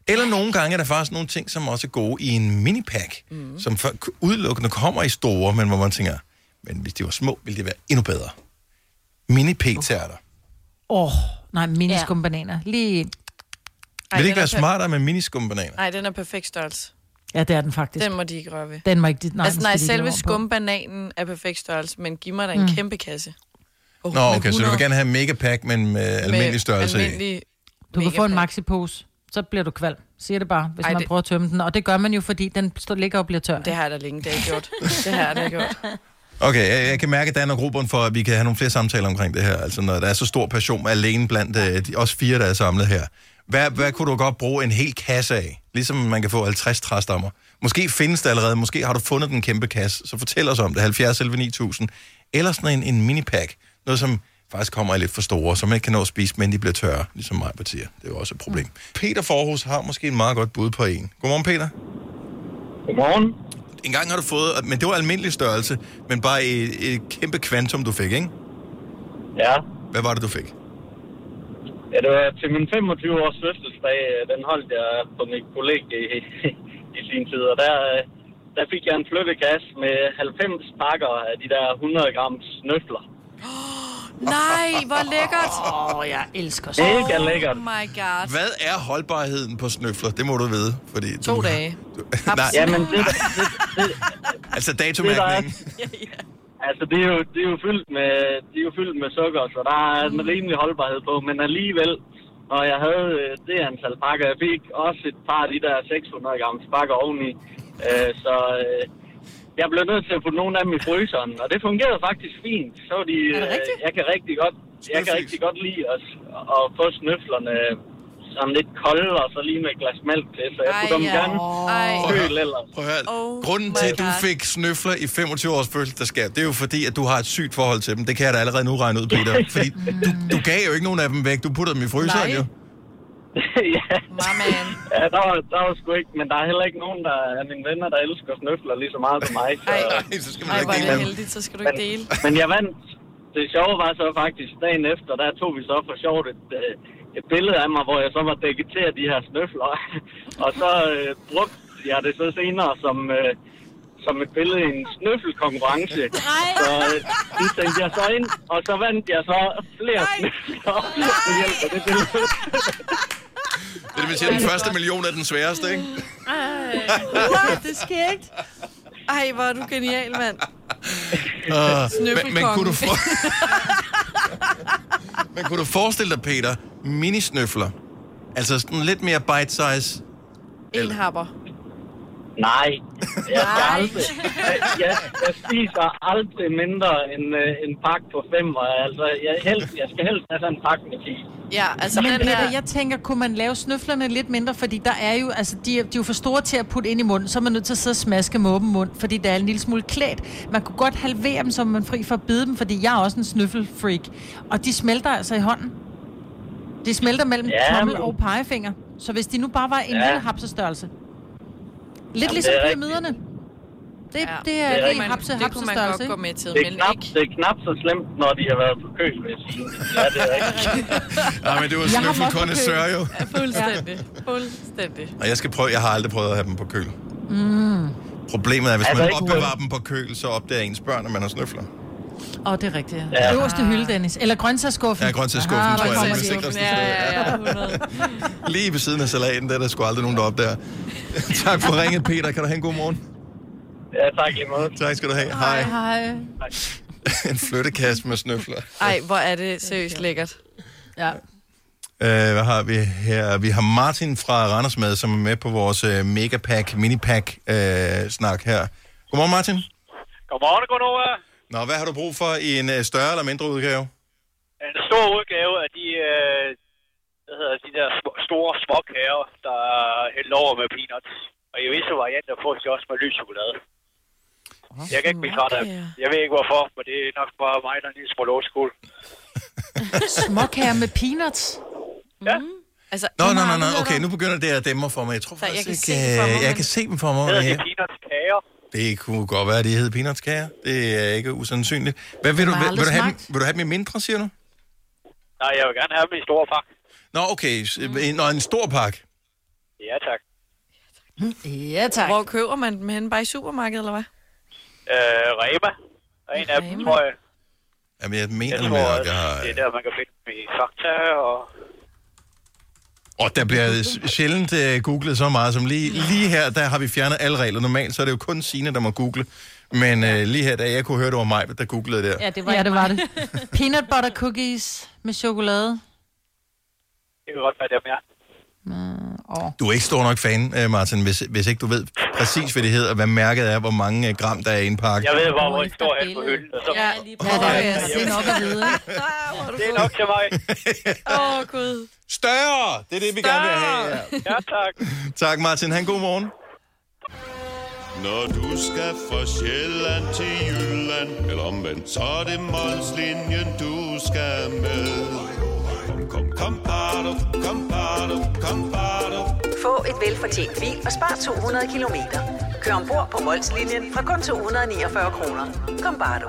A: Eller nogle gange er der faktisk nogle ting, som også er gode i en minipack, mm. som for, udelukkende kommer i store, men hvor man tænker, men hvis de var små, ville det være endnu bedre. mini p tærter
C: Åh, oh, nej, miniskumbananer. Lige...
B: Ej,
A: Vil det
B: den
A: ikke være
B: er per-
A: smartere med miniskumbananer?
B: Nej, den er perfekt størrelse.
C: Ja, det er den faktisk.
B: Den
C: Den,
B: må de ikke røre ved.
C: den må ikke... Nej,
B: altså
C: den
B: nej,
C: skal de ikke lave
B: selve
C: om på.
B: skumbananen er perfekt størrelse, men giv mig da en mm. kæmpe kasse. Oh,
A: Nå, okay, så du vil gerne have en mega pack, men med almindelig størrelse i.
B: Almindelig
C: Du kan
B: mega
C: få en
B: pack.
C: maxipose, så bliver du kvalm. Siger det bare, hvis Ej,
B: Ej,
C: man det...
B: det-
C: prøver at tømme den. Og det gør man jo, fordi den står, ligger og bliver tør.
B: Det har jeg da længe dag gjort. Det har jeg da gjort.
A: Okay, jeg, jeg kan mærke, at der er noget grobund for, at vi kan have nogle flere samtaler omkring det her. Altså, når der er så stor passion alene blandt øh, de, os fire, der er samlet her. Hvad, hvad kunne du godt bruge en hel kasse af? Ligesom man kan få 50 træstammer. Måske findes det allerede, måske har du fundet den kæmpe kasse. Så fortæl os om det, 70 11 9000. Eller sådan en, en minipack. Noget, som faktisk kommer i lidt for store, som man ikke kan nå at spise, men de bliver tørre, ligesom mig partier. Det er jo også et problem. Peter Forhus har måske en meget godt bud på en. Godmorgen, Peter.
L: Godmorgen.
A: En gang har du fået, men det var almindelig størrelse, men bare et, et kæmpe kvantum, du fik, ikke?
L: Ja.
A: Hvad var det, du fik?
L: ja, det var til min 25-års fødselsdag. øh, Den holdt jeg på mit kollega i, i sin tid. Og der, øh, der fik jeg en flyttekasse med 90 pakker af de der 100 grams snøfler.
B: Nej, hvor lækkert.
C: Åh, oh, jeg elsker så.
L: Mega lækkert.
B: Oh my god.
A: Hvad er holdbarheden på snøfler? Det må du vide. Fordi
B: To
A: du,
B: dage.
A: Du, nej,
L: Jamen, det, det, det,
A: altså datomærkningen.
L: altså, det er, jo, det er jo fyldt med, det er jo fyldt med sukker, så der er en
B: Mm.
L: rimelig holdbarhed på. Men alligevel, når jeg havde øh, det antal pakker, jeg fik også et par af de der 600 grams pakker oveni. Øh, så øh, jeg blev nødt til at putte nogle af dem i fryseren, og det fungerede faktisk fint. Så var de,
B: Er det
L: øh,
B: rigtigt?
L: jeg kan rigtig godt, jeg kan
A: Snøflis.
L: rigtig godt lide at, at få snøflerne øh, sådan lidt kolde, og så lige med et glas mælk til, så jeg
B: Ej,
L: putter dem
B: ja.
L: gerne
B: Ej.
L: i køl ellers.
A: Prøv at høre.
B: Oh
A: Grunden
B: my
A: til, at du
B: God.
A: fik snøfler i 25-års fødselsdagsgave, det er jo fordi, at du har et sygt forhold til dem. Det kan jeg da allerede nu regne ud, Peter. Fordi du, du gav jo ikke nogen af dem væk. Du puttede dem i fryseren
B: Nej.
A: jo.
L: ja.
B: My man.
L: Ja, der var, der var sgu ikke, men der er heller ikke nogen der af mine venner, der elsker snøfler lige så meget som mig. Så.
B: Ej.
A: Nej, så skal man
B: Ej,
A: ikke
B: hvor er
A: dele
B: det
A: dem.
B: heldigt, så skal du ikke dele.
L: Men jeg vandt. Det sjove var så faktisk dagen efter, der tog vi så for sjovt et, øh, et billede af mig, hvor jeg så var dækket til af de her snøfler. og så øh, brugte jeg det så senere som, øh, som et billede i en snøffelkonkurrence. Så øh, det sendte jeg så ind, og så vandt jeg så flere snøfler. ved hjælp af det billede.
A: Det vil sige, at den første million er den sværeste, ikke?
B: What? Det sker ikke. Ej, hvor er du genial, mand.
A: Uh, men, men,
B: Snøffelkongen.
A: kunne du for... men kunne du forestille dig, Peter, minisnøfler? Altså sådan lidt mere bite-size.
B: En
A: Eller-
B: happer.
L: Nej, jeg, skal aldrig, jeg, jeg, jeg spiser aldrig mindre end øh, en pakke på fem. og Altså, jeg, helst, jeg skal helst have sådan en pakke med ti.
B: Ja, altså
C: Men
B: den
C: Peter,
B: der-
C: jeg tænker, kunne man lave snøflerne lidt mindre? Fordi der er jo, altså, de, er, de er jo for store til at putte ind i munden, så er man nødt til at sidde og smaske med åben mund, fordi der er en lille smule klædt. Man kunne godt halvere dem, så man er fri for at bide dem, fordi jeg er også en snøffelfreak. Og de smelter altså i hånden. De smelter mellem
L: Ja,
C: ja, tommel
L: men-
C: og pegefinger. Så hvis de nu bare var en
L: Ja.
C: ja. lille hapsestørrelse. Lidt
L: Jamen,
C: Jamen, ligesom
L: det er rigtigt.
C: pyramiderne. Det, ja. det
B: det
C: er, det
B: kunne
C: er
B: man-
C: hapse,
B: det
C: hapse
B: kunne man godt gå med til,
L: Det er,
B: men
L: knap,
B: ikke-
L: det er knap så slemt, når de har været på kø, vil jeg sige. Ja, det er rigtigt.
A: Nej, men det var
C: Jeg har
A: snøffel
C: også
A: kun
C: købt-
A: jo.
B: Ja, fuldstændig. Fuldstændig.
A: Og jeg skal prøve, jeg har aldrig prøvet at have dem på køl. Mm. Problemet er, hvis
L: Altså,
A: man
L: ikke
A: opbevarer dem på køl, så opdager ens børn, at man har snøfler.
C: Åh, oh, det er rigtigt.
L: Ja.
C: Ja. Øverste hylde, Dennis. Eller grøntsagsskuffen. Ah,
A: Ja, grøntsagsskuffen, tror
C: der
A: jeg, er
C: kommer
A: det
C: de.
A: sikreste
B: Ja,
A: sted.
B: ja, ja, 100.
A: Lige ved siden af salaten, der er der sgu aldrig nogen, der opdager. tak for ringet, Peter. Kan du have en god morgen?
L: Ja, tak lige måde.
A: Tak skal du have. Hej.
C: Hej.
A: en flyttekasse med snøfler.
B: Ej, hvor er det seriøst lækkert.
C: Ja.
A: Øh, hvad har vi her? Vi har Martin fra Randers med, som er med på vores øh, megapack, minipack-snak her. Godmorgen, Martin.
L: Godmorgen, Gunova.
A: Nå, hvad har du brug for i en øh, større eller mindre udgave?
L: En stor udgave af de, øh, hvad hedder det, de der sm- store småkager, der er hældt over med peanuts. Og i visse varianter fås de også med lys chokolade. Jeg kan ikke blive træt af dem.
B: småkager.
L: Jeg ved ikke hvorfor, men det er nok bare mig, der er en lille smule old school.
C: Småkager med peanuts. Mm.
B: Altså,
A: Nå, nej, nej, nej. Okay, nu begynder det at dæmme for mig. Jeg tror
B: Så jeg
A: faktisk
B: kan
A: ikke...
B: se det for
A: øh,
B: mig,
A: Jeg
B: men-
A: kan se dem for mig.
L: Hedder de
A: ja.
L: peanuts kager?
A: Det kunne godt være, at de hed peanutskager. Det er ikke usandsynligt. Hvad vil, du,
C: har
A: vil,
C: aldrig
A: vil, du have dem,
C: smagt.
A: vil du have dem i mindre, siger du?
L: Nej, jeg vil gerne have dem i store pakke.
A: Nå, okay. s- en- Nå, en stor pakke.
L: Ja, tak.
C: Ja, tak.
B: Hvor køber man dem henne? Bare i supermarkedet, eller hvad?
L: Øh, Rema. Og en af dem,
B: Rema.
L: tror jeg.
A: Jamen, jeg
L: Jeg
A: mener med,
L: tror
A: at
L: også,
A: jeg har...
L: det er der, man kan finde dem i Fakta og...
A: Og der bliver s- sjældent uh, googlet så meget som lige, lige her, der har vi fjernet alle regler. Normalt så er det jo kun Sina, der må google. Men uh, lige her, da jeg kunne høre, det var mig, der googlede der.
D: Ja, det var
C: Ja,
D: ikke
C: det var
D: mig.
C: det. Peanut butter cookies med chokolade.
L: Det kan godt være dem, ja.
A: Du er ikke stor nok fan, uh, Martin, hvis, hvis ikke du ved præcis, hvad det hedder, og hvad mærket er, hvor mange uh, gram der er i en pakke.
L: Jeg ved bare, hvor
D: Åh,
L: jeg står
D: efter
L: hen på
D: billedet.
L: hylden. Og så...
B: Ja, Åh,
D: Ja, det er, det er nok at vide. ikke?
L: Det er nok til mig.
B: Åh, gud.
A: Større! Det er det, vi gerne vil have. Ja.
L: Ja, tak.
A: Tak, Martin. Han god morgen.
M: Når du skal fra Sjælland til Jylland Eller omvendt, så er det Molslinjen, du skal med Kom, kom, kom, bado, kom, bado, kom, bado.
G: Få et velfortjent bil og spar 200 kilometer. Kør ombord på Molslinjen fra kun 249 kroner. Kom bare du.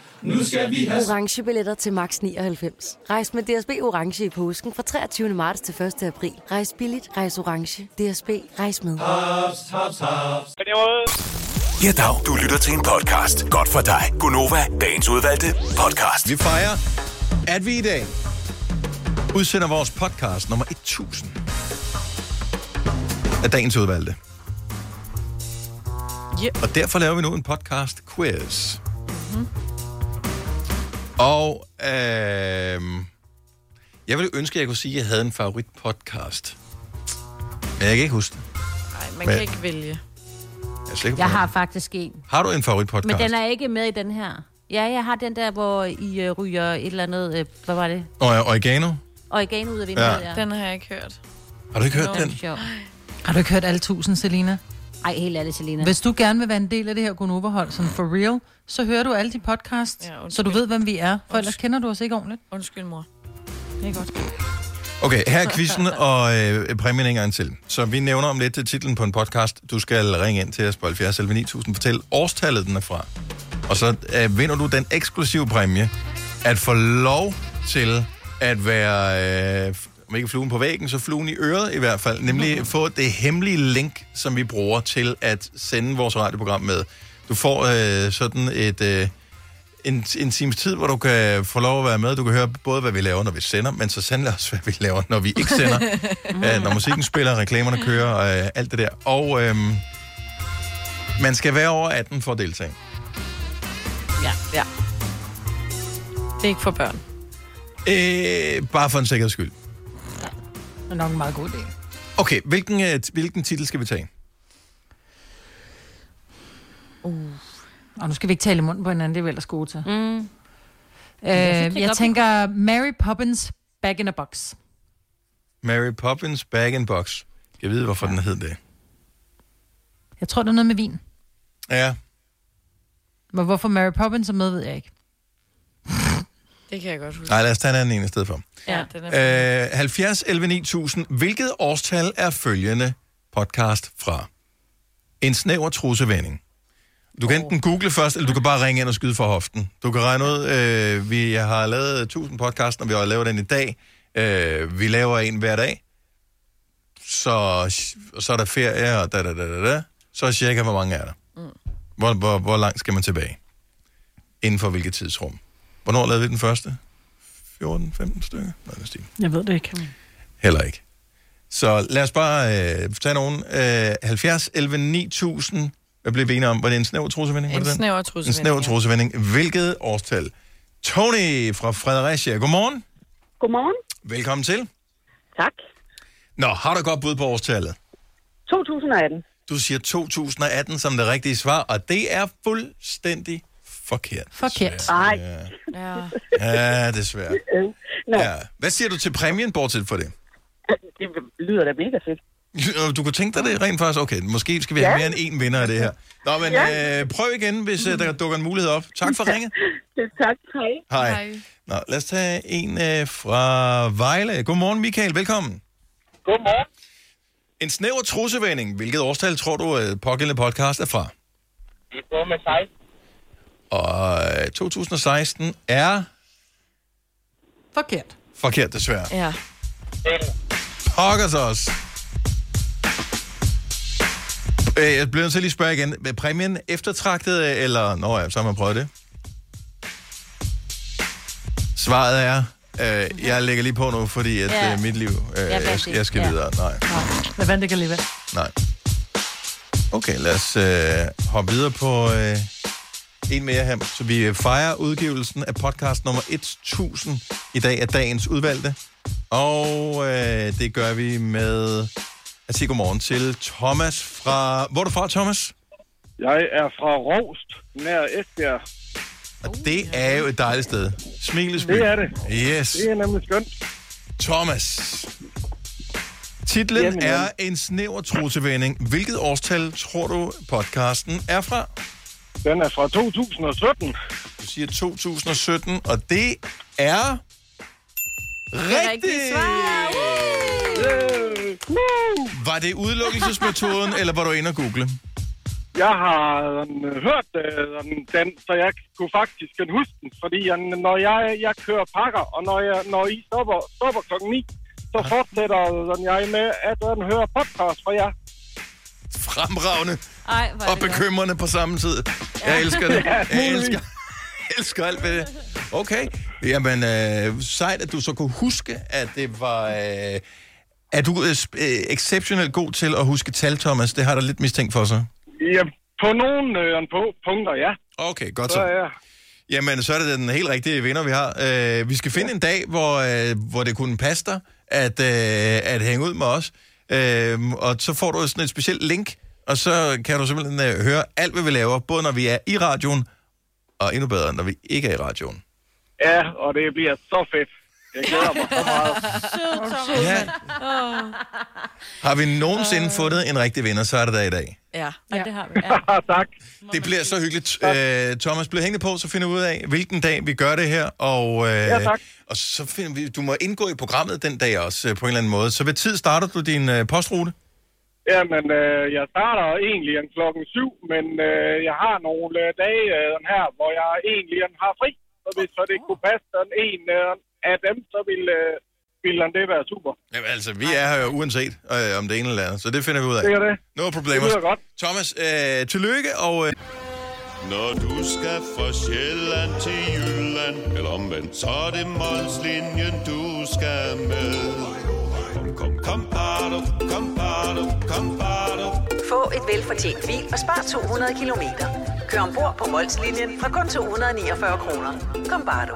H: Nu skal vi have
I: Orange billetter til max 99. Rejs med DSB Orange i påsken fra 23. marts til 1. april. Rejs billigt, rejs orange. DSB, rejs med.
H: haps, haps, haps.
L: Men det var...
F: Ja, dag. Du lytter til en podcast. Godt for dig. Gunova, dagens udvalgte podcast.
A: Vi fejrer, at vi i dag udsender vores podcast nummer 1000 af dagens udvalgte.
B: Yep.
A: Og derfor laver vi nu en podcast quiz. Mm-hmm. Og øh, jeg ville ønske, at jeg kunne sige, at jeg havde en favorit podcast. Men jeg kan ikke huske det.
B: Nej, man
A: Hvad?
B: kan ikke vælge.
A: Jeg er sikker på
D: Jeg
A: det.
D: har faktisk en.
A: har du en favorit podcast?
D: Men den er ikke med i den her. Ja, jeg har den der, hvor I øh, ryger et eller andet... Øh, hvad var det?
A: Og Oregano?
D: Oregano ud af vinduet,
A: Ja.
D: ja. ja. Den.
B: Den har jeg ikke hørt.
A: Har du ikke hørt
D: Den.
A: den?
D: er sjov.
C: Har du ikke hørt alle tusind, Selina?
D: Ej, helt ærligt, Selina.
C: Hvis du gerne vil være en del af det her Gunova-hold, sådan for real, så hører du alle de podcasts,
B: Ja,
C: ja,
B: undskyld.
C: så du ved, hvem vi er. For ellers kender du os ikke ordentligt.
B: Undskyld, mor.
A: Okay, her er quizzen og øh, præmien en gang til. Så vi nævner om lidt til titlen på en podcast. Du skal ringe ind til os på 70 11 9000. Fortæl årstallet, den er fra. Og så øh, vinder du den eksklusive præmie, at få lov til at være, øh, om ikke fluen på væggen, så fluen i øret i hvert fald. Nemlig få det hemmelige link, som vi bruger til at sende vores radioprogram med. Du får øh, sådan et... Øh, en, en times tid, hvor du kan få lov at være med. Du kan høre både, hvad vi laver, når vi sender, men så sandelig også, hvad vi laver, når vi ikke sender. øh, når musikken spiller, reklamerne kører og øh, alt det der. Og øh, man skal være over 18 for at deltage.
B: Ja, ja. Det er ikke for børn.
A: Øh, bare for en sikkerheds skyld.
C: Det er nok en meget god idé.
A: Okay, hvilken, øh, t- hvilken titel skal vi tage?
C: Uh. Og nu skal vi ikke tale i munden på hinanden, det er vi ellers gode til. Mm. Øh,
D: jeg synes, det er
C: jeg
D: godt.
C: tænker Mary Poppins Back in a Box.
A: Mary Poppins Bag in Box. Jeg ved, hvorfor ja. den hed det.
C: Jeg tror, det er noget med vin.
A: Ja,
C: Men hvorfor Mary Poppins er med, ved jeg ikke.
B: Det kan jeg godt huske.
A: nej, lad os tage den anden en i stedet for.
B: Ja, den er
A: Øh, 70 11 9000. Hvilket årstal er følgende podcast fra? En snæver trusevending. Du kan enten google først, eller du kan bare ringe ind og skyde for hoften. Du kan regne ud, øh, vi har lavet 1000 podcast, og vi har lavet den i dag. Øh, vi laver en hver dag. Så, og så er der ferie, og da, da, da, da, da. Så cirka, hvor mange er der.
B: Mm.
A: Hvor, hvor, hvor langt skal man tilbage? Inden for hvilket tidsrum? Hvornår lavede vi den første? 14-15 stykker? Nå, den stil.
C: Jeg ved det ikke.
A: Heller ikke. Så lad os bare øh, tage nogen. Øh, 70, 11, 9000. Hvad blev vi enige om? Var det en snæver trusevending? Var
B: En
A: det den?
B: snæver
A: En
B: trussevending,
A: snæver
B: ja.
A: trusevending. Hvilket årstal? Tony fra Fredericia. Godmorgen.
N: Godmorgen.
A: Velkommen til.
N: Tak.
A: Nå, har du et godt bud på årstallet?
N: 2018.
A: Du siger 2018 som det rigtige svar, og det er fuldstændig forkert.
C: Forkert.
N: Nej.
B: Ja.
A: Ja, desværre. Ja. Hvad siger du til præmien, bortset for det?
N: Det lyder da mega fedt.
A: Øh, Du kunne tænke dig det rent faktisk? Okay, måske skal vi have
N: Ja.
A: mere end én vinder af det her. Nå, men
N: Ja.
A: øh, prøv igen, hvis øh, der dukker en mulighed op. Tak for ringet.
N: Det er tak. Hej.
A: Hej. Nå, lad os tage en øh, fra Vejle. Godmorgen, Michael. Velkommen.
N: Godmorgen.
A: En snæver trussevending. Hvilket årstal tror du, øh, pågældende podcast er fra?
N: Det er både med 16.
A: Og øh, 2016 er
C: Forkert.
A: forkert, desværre.
B: Ja.
A: Pokkers os. Øh, Jeg bliver nødt til at lige spørge igen. Er præmien eftertragtet, øh, eller... Nå ja, så har man prøvet det. Svaret er... Øh, jeg lægger lige på nu, fordi at
C: Ja.
A: øh, mit liv... Øh,
C: Ja,
A: jeg,
C: præcis.
A: jeg skal
C: Ja.
A: videre. Nej,
C: Hvad vandt ikke alligevel?
A: nej. Okay, lad os øh, hoppe videre på øh, en mere her. Så vi øh, fejrer udgivelsen af podcast nummer 1000 i dag af dagens udvalgte. Og øh, det gør vi med at sige godmorgen til Thomas fra... Hvor er du fra, Thomas?
O: Jeg er fra Rost, nær Esbjerg.
A: Og det er jo et dejligt sted. Smilesby.
O: Oh, Det er det.
A: Yes.
O: Det er nemlig skønt.
A: Thomas. Titlen
O: Jamen,
A: er
O: jamen.
A: En snæver trusevending. Hvilket årstal tror du, podcasten er fra?
O: Den er fra 2017.
A: Du siger 2017, og det er... Rigtigt! Var det udelukkelsesmetoden, eller var du inde og google?
O: Jeg har øh, hørt øh, om den, så jeg kunne faktisk kan huske den. Fordi jeg, når jeg, jeg kører pakker, og når, jeg, når I stopper, stopper klokken 9, så fortsætter øh, jeg med at øh, høre podcast fra jer.
A: Fremragende
D: Ej,
A: og bekymrende på samme tid. Jeg elsker det.
O: Ja,
A: Jeg
O: muligvis.
A: elsker, jeg elsker alt ved det. Okay. Jamen, øh, sejt, at du så kunne huske, at det var... Øh, er du øh, sp- øh, exceptionelt god til at huske tal, Thomas? Det har der lidt mistænkt for sig.
O: Ja, på nogle øh, på- punkter, ja.
A: Okay, godt
O: så.
A: så.
O: Ja.
A: Jamen, så er det den helt rigtige vinder, vi har. Øh, vi skal finde en dag, hvor, øh, hvor det kunne passe dig at, øh, at hænge ud med os. Øh, og så får du sådan et specielt link, og så kan du simpelthen øh, høre alt, hvad vi laver, både når vi er i radioen, og endnu bedre, når vi ikke er i radioen.
O: ja, og det bliver så fedt. Jeg glæder mig så meget.
A: Ja.
B: Oh.
A: Har vi nogensinde øh. fundet en rigtig vinder, så er det der i dag.
B: Ja. ja, det har vi.
O: tak.
A: Det bliver så hyggeligt. Øh, Thomas, bliv hængende på, så finder vi ud af, hvilken dag vi gør det her. Og, øh,
O: Ja, tak.
A: og så finder vi, du må indgå i programmet den dag også, øh, på en eller anden måde. Så ved tid starter du din øh, postrute?
O: Jamen, øh, jeg starter egentlig en klokken syv, men øh, jeg har nogle øh, dage øh, her, hvor jeg egentlig øh, har fri. Så hvis så det kunne passe den en øh, af dem, så vil, øh, ville det være super.
A: Jamen, altså, vi er her jo uanset øh, om det ene eller andet, så det finder vi ud af.
O: Det er det.
A: No problemer.
O: Det lyder godt.
A: Thomas, øh, tillykke, og... Øh...
M: Når du skal fra Sjælland til Jylland, eller omvendt, så er det Molslinjen, du skal med. Kom, kom, kom, bado, kom, bado, kom, bado.
P: Få et velfortjent bil og spar 200 kilometer. Kør ombord på Molslinjen fra kun 249 kroner. Kom bare du.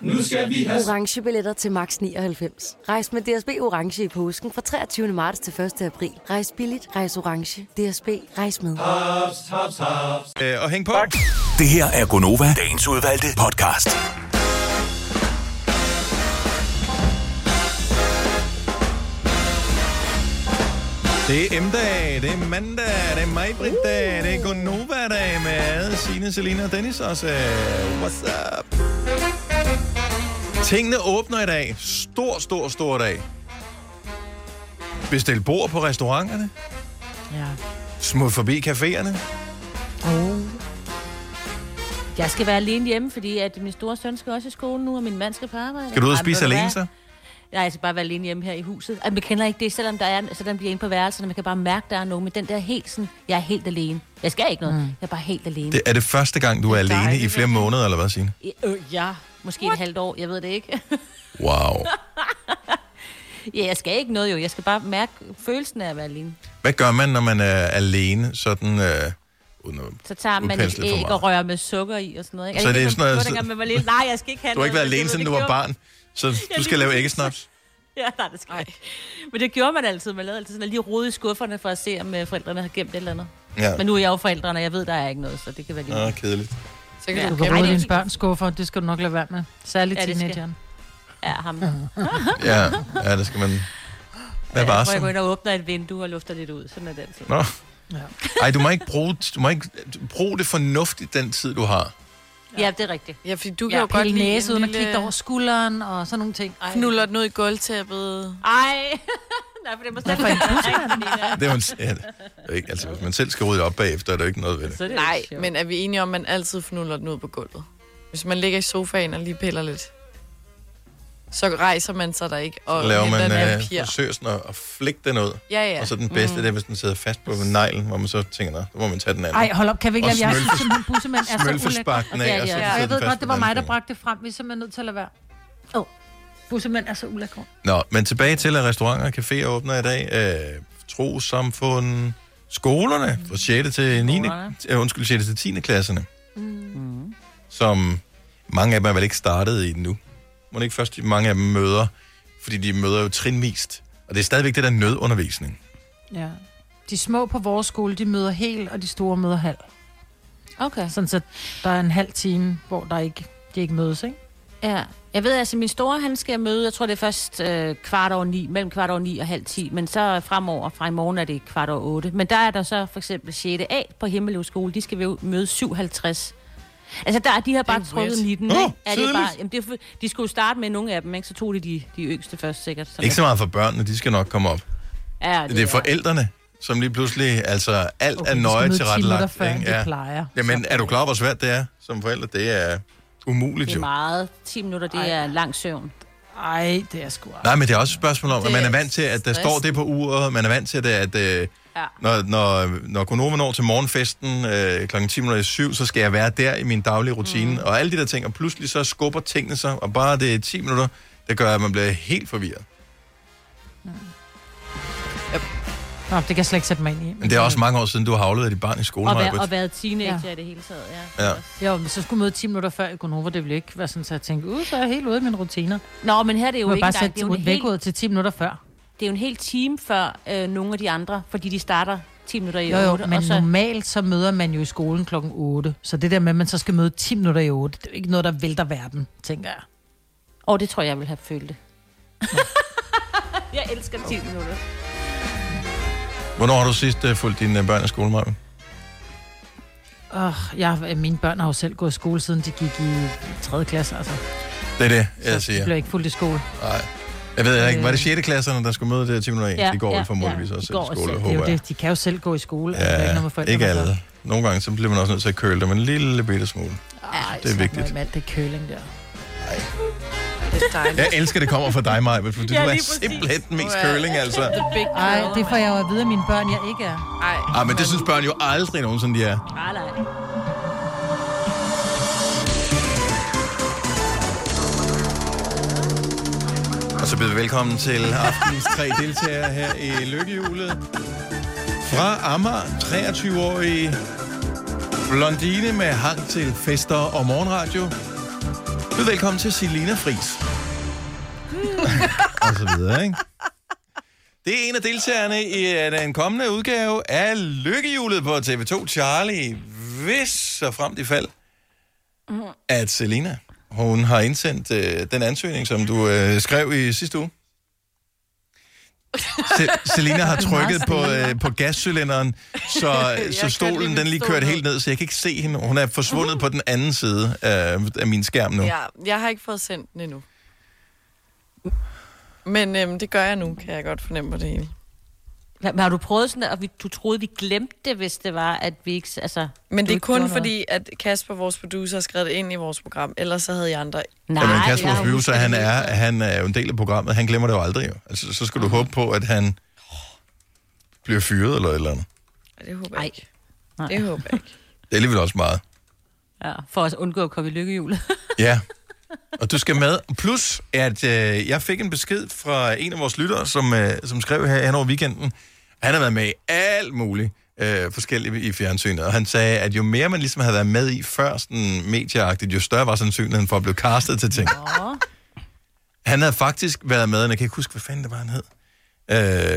H: Nu skal vi have
I: Orange billetter til max 99. Rejs med DSB Orange i påsken fra 23. marts til 1. april. Rejs billigt, rejs orange. DSB, rejs med.
H: Haps, haps, haps.
A: Øh, og hæng på.
F: Det her er Gonova, dagens udvalgte podcast.
A: Det er M-dag, det er mandag, det er Majbrit-dag, det er Gonova-dag med Signe, Selina og Dennis også. What's up? Tingene åbner i dag. Stor, stor, stor dag. Bestil bord på restauranterne.
D: Ja.
A: Smut forbi caféerne.
D: Oh. Jeg skal være alene hjemme, fordi at min store søn skal også i skolen nu, og min mand skal på arbejde.
A: Skal du ud og
D: Ej, men
A: spise
D: ved du
A: alene
D: hvad?
A: så?
D: Nej, jeg skal bare være alene hjemme her i huset. Ej, man kender ikke det, selvom der er, selvom de er inde på værelserne. Man kan bare mærke, der er nogen. Men den der helt sådan, jeg er helt alene. Jeg skal ikke noget. Mm. Jeg er bare helt alene.
A: Det er det første gang, du er alene i flere måneder, eller hvad, Signe?
D: I- Øh, ja, måske What? et halvt år. Jeg ved det ikke.
A: Wow.
D: ja, jeg skal ikke noget jo. Jeg skal bare mærke følelsen af at være alene.
A: Hvad gør man, når man er alene, sådan... Øh, uden at
D: Så tager man et
A: udpensle for
D: æg
A: meget?
D: og rører med sukker i og sådan noget. Ikke?
A: Så
D: Jeg
A: det er
D: kan
A: sådan noget-
D: huske, dengang man var lille. Nej, jeg skal ikke have
A: Du har ikke
D: noget,
A: været
D: men
A: alene,
D: det
A: siden
D: ved
A: du var
D: gjorde-
A: barn, så du
D: lige
A: skal lave
D: præcis.
A: æggesnaps.
D: Ja, nej, det skal jeg ikke. Men det gjorde man altid. Man lavede altid sådan at lige rode i skufferne for at se, om øh, forerældrene har gemt et eller andet.
A: Ja.
D: Men nu er jeg jo forældrene, og jeg ved, der er ikke noget, så det kan være lige
A: Nå,
D: meget.
A: kedeligt.
D: Så
C: Ja. Du kan rode dine børn skuffer, det skal du nok lade være med. Særligt
D: Ja,
C: ja,
D: det skal-
C: teenageren.
D: Ja, ham.
A: Ja, ja det skal man... Hvad var
D: så? Jeg går
A: så?
D: ind og åbner et vindue og lufter lidt ud. Sådan er den ting.
A: Nå.
D: Ja.
A: Ej, du må ikke bruge, du må ikke bruge det fornuftigt, den tid, du har.
D: ja, det er rigtigt.
B: Ja, fordi du
C: kan jo godt lide en lille-
D: skulderen og sådan nogle ting. Ej.
B: Knuller den ud i gulvtæppet.
D: Ej. Nej, for det må slet
B: for en
A: Det er jo en, ja, det er jo ikke, altså, hvis man selv skal rydde op bagefter, er der jo ikke noget ved det.
B: Nej, men er vi enige om, at man altid fnuller den ud på gulvet? Hvis man ligger i sofaen og lige piller lidt, så rejser man sig der ikke og
A: Så laver
B: henter
A: man
B: en
A: øh,
B: papir.
A: forsøger sådan at, at flække den ud.
B: Ja, ja.
A: Og så den bedste,
B: Mm.
A: det er, hvis den sidder fast på neglen, hvor man så tænker, nej, så må man tage den anden.
C: Ej, hold op, kan vi ikke
A: Og
C: lade Jeg
A: smølfe-
C: synes simpelthen, bussemænd er så
A: smølfe sparken
C: ulækre.
A: af,
C: Ja,
A: og så
C: ja,
A: sidder
C: ja. Og jeg
A: den
C: ved
A: fast på
C: godt, det var
A: den
C: mig,
A: anden
C: der bragte det frem. Vi er simpelthen nødt til at lade være. Åh, oh. bussemænd er så ulækre.
A: Nå, men tilbage til, at restauranter og caféer åbner i dag. Øh, trosamfund, skolerne fra 6. til 9. Øh, undskyld, 6. til 10. klasserne,
D: Mm.
A: som mange af dem er vel ikke startet i nu. Må ikke først de mange af dem møder, fordi de møder jo trinvist. Og det er stadigvæk det der nødundervisning.
C: Ja. De små på vores skole, de møder hel, og de store møder halv.
D: Okay.
C: Sådan så der er en halv time, hvor der ikke, de ikke mødes, ikke?
D: Ja. Jeg ved altså, min store, han skal møde, jeg tror det er først øh, kvart over ni, mellem kvart over ni og halv ti, men så fremover, fra i morgen er det kvart over otte. Men der er der så for eksempel 6. A på Himmeløv skole, de skal ved- møde 57. Altså der, er- de har bare
C: Det er
D: trukket
C: weird.
D: 19,
A: Åh,
D: ikke? Er det
A: tidligt.
D: bare, jamen, det er, for- de skulle jo starte med nogle af dem, ikke? Så tog de de, de yngste først sikkert.
A: Ikke så meget for børnene, de skal nok komme op.
D: Ja,
A: Det er forældrene, som lige pludselig, altså alt okay, er
C: de skal
A: nøje
C: møde
A: til
C: 10
A: ret
C: minutter
A: lagt.
C: før, end de plejer.
A: Jamen, er du klar over, hvor svært det er som forældre? Det er umuligt
D: Det er
A: jo.
D: meget. 10 minutter, det er lang søvn.
C: Ej, det er sgu
A: Nej, men det er også et spørgsmål om,
D: Det
A: at man er
D: er
A: vant til, at der
D: stress.
A: står det på uret, man er vant til det, at øh,
D: ja.
A: når, når, når konomen når til morgenfesten øh, kl. 10.07, så skal jeg være der i min daglige rutine, mm. og alle de der ting, og pludselig så skubber tingene sig, og bare det er 10 minutter, det gør, at man bliver helt forvirret.
C: Nå, det kan jeg slet ikke sætte mig ind i.
A: Men det er også mange år siden, du har afleveret dit barn i skolen,
D: Og, være,
A: Maj-Brit.
D: og været teenager ja. i det hele taget, ja.
A: Ja.
C: Jo, men så skulle møde 10 minutter før i Gonova. Det ville ikke være sådan, så jeg tænkte, uh, så er jeg helt ude af mine rutiner.
D: Nå, men her er det jo
C: Må jeg
D: ikke
C: bare
D: engang-
C: sætte
D: det er jo en hel-
C: vækkeordet til 10 minutter før.
D: Det er jo en hel time før øh, nogle af de andre, fordi de starter 10 minutter i
C: Jo, jo,
D: 8.
C: men
D: og så,
C: normalt så møder man jo i skolen klokken 8. Så det der med, at man så skal møde 10 minutter i 8, det er jo ikke noget, der vælter verden, tænker jeg.
D: Og det tror jeg, jeg vil have følt det. jeg elsker 10 minutter.
A: Hvornår har du sidst uh, fulgt dine øh, børn i skole, Maja?
C: Åh, jeg, øh, mine børn har jo selv gået i skole, siden de gik i 3. klasse, altså.
A: Det er det, jeg
C: De blev Øh,
A: siger.
C: ikke fuldt i skole.
A: Nej. Jeg ved ikke, var det 6. klasserne, der skulle møde det her 10 minutter i? Ja, de går ja, formodentlig ja, også
C: de
A: selv
C: går
A: i skole,
C: selv. Det er
A: håber
C: jo
A: jeg.
C: det, de kan jo selv gå i skole. altså, der er
A: Ja,
C: noget med
A: ikke,
C: forældrene,
A: ikke
C: der gør.
A: alle. Nogle gange, så bliver man også nødt til at køle dem en lille bitte smule.
C: Ej,
A: det er
C: snak
A: vigtigt.
C: noget Med alt det køling der.
B: Det er dejligt.
A: Jeg elsker, det kommer fra dig, Maja, for du
C: Ja,
A: er
C: lige præcis.
A: simpelthen den mest curling, altså.
C: Ej, det får jeg jo at vide af mine børn, jeg ikke er.
B: Ej.
A: Ah, men det synes børn jo aldrig nogensinde, de er.
D: Nej, nej.
A: Og så byder vi velkommen til aftenens tre deltagere her i Lykkehjulet. Fra Amager, 23-årig blondine med hang til fester og morgenradio. Byd velkommen til Selina Fris. og så videre, ikke? Det er en af deltagerne i øh, den kommende udgave af Lykkehjulet på TV2 Charlie. Hvis så frem i fald, at Selina, hun har indsendt øh, den ansøgning, som du øh, skrev i sidste uge. Se- Selina har trykket på, øh, på gascylinderen, så, så
Q: Jeg kan lige
A: stolen
Q: min
A: den lige
Q: stol
A: kørt
Q: ned.
A: helt ned, så jeg kan ikke se hende. Hun er forsvundet på den anden side af, af min skærm nu.
B: Ja, jeg har ikke fået sendt den endnu. Men øhm, det gør jeg nu, kan jeg godt fornemme på det hele.
D: Men har du prøvet sådan, at vi, du troede, vi glemte det, hvis det var, at vi ikke... Altså,
B: Men
D: du
B: det er
D: ikke gjorde
B: kun
D: noget?
B: fordi, at Kasper, vores producer, har skrevet det ind i vores program. Ellers så havde jeg andre...
A: Nej, Jamen, Kasper, vores producer, han er, han er jo en del af programmet. Han glemmer det jo aldrig. Jo. Altså, så skal du håbe på, at han bliver fyret eller et eller andet.
B: Det håber jeg ikke. Det håber jeg ikke.
A: Det er alligevel også meget.
D: Ja, for at undgå at komme i lykkehjulet.
A: Ja. Og du skal med. Plus, at øh, jeg fik en besked fra en af vores lyttere, som, øh, som skrev her hen over weekenden. Han har været med i alt muligt øh, forskelligt i fjernsynet. Og han sagde, at jo mere man ligesom havde været med i før, sådan medieagtigt, jo større var sandsynligheden for at blive castet til ting. Han havde faktisk været med, og jeg kan ikke huske, hvad fanden det var, han hed.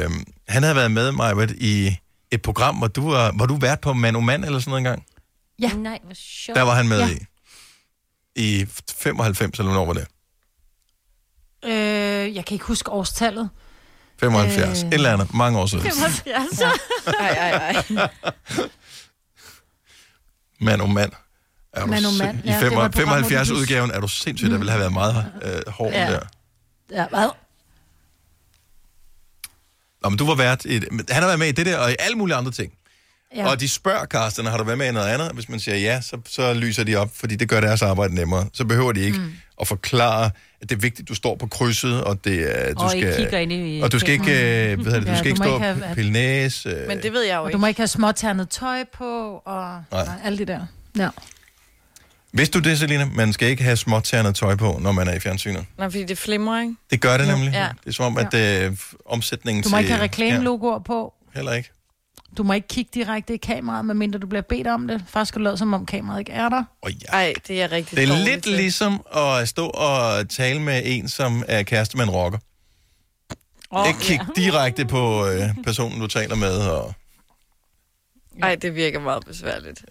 A: Øh, han havde været med, Majbert, i et program, hvor du var, var du vært på Man Mand eller sådan noget engang.
D: Ja. Nej, hvor sjovt.
A: Der var han med
D: ja.
A: ja. i. I 95, eller hvornår var det?
C: Øh, jeg kan ikke huske årstallet.
A: 75, øh...
C: Øh.
A: et eller andet, mange år siden.
C: 75. Ja.
B: Ej, ej, ej.
A: Mand om mand. Er du
C: Mand om
A: sind-
C: mand.
A: I
C: Ja, det var et program, hvor de
A: 75
C: pludselig-
A: udgaven er du sindssyg, der ville have været meget øh, hård ja.
C: Ja.
A: der.
C: Ja, hvad?
A: Nå, men du var vært i, et- men han har været med i det der, og i alle mulige andre ting. Ja.
C: Ja.
A: Og de spørger Carsten, har du været med i noget andet? Hvis man siger ja, så, så lyser de op, fordi det gør deres arbejde nemmere. Så behøver de ikke mm. at forklare, at det er vigtigt, du står på krydset, og det er, du
D: Og
A: skal...
D: ikke kigger ind i
A: og du skal ikke,
D: kameraet.
A: øh, hvad hedder det, du
C: Ja,
A: skal
C: du
A: ikke
C: må
A: stå
C: ikke have-
A: og pille næse. øh.
B: Men det ved jeg jo
C: Og
B: ikke.
C: du må ikke have småternet tøj på, og,
A: Nej.
C: og alt det der. Ja.
A: Vidste du det, Selina? Man skal ikke have småternet tøj på, når man er i fjernsynet.
B: Nej, fordi det flimrer, ikke?
A: Det gør det
B: Jo.
A: nemlig.
B: Ja.
A: Det er som om, at øh, omsætningen
C: Du må
A: til...
C: ikke have reklamelogoer på.
A: Ja, heller ikke.
C: Du må ikke kigge direkte i kameraet, medmindre du bliver bedt om det. Faktisk skal du lade, som om kameraet ikke er der.
A: Oh,
B: Ej, det er rigtig
A: Det er
B: dårligt
A: lidt
B: til.
A: ligesom at stå og tale med en, som er kæreste med en rocker. Oh, ikke kigge direkte på øh, personen, du taler med. Og...
B: Ej, det virker meget besværligt.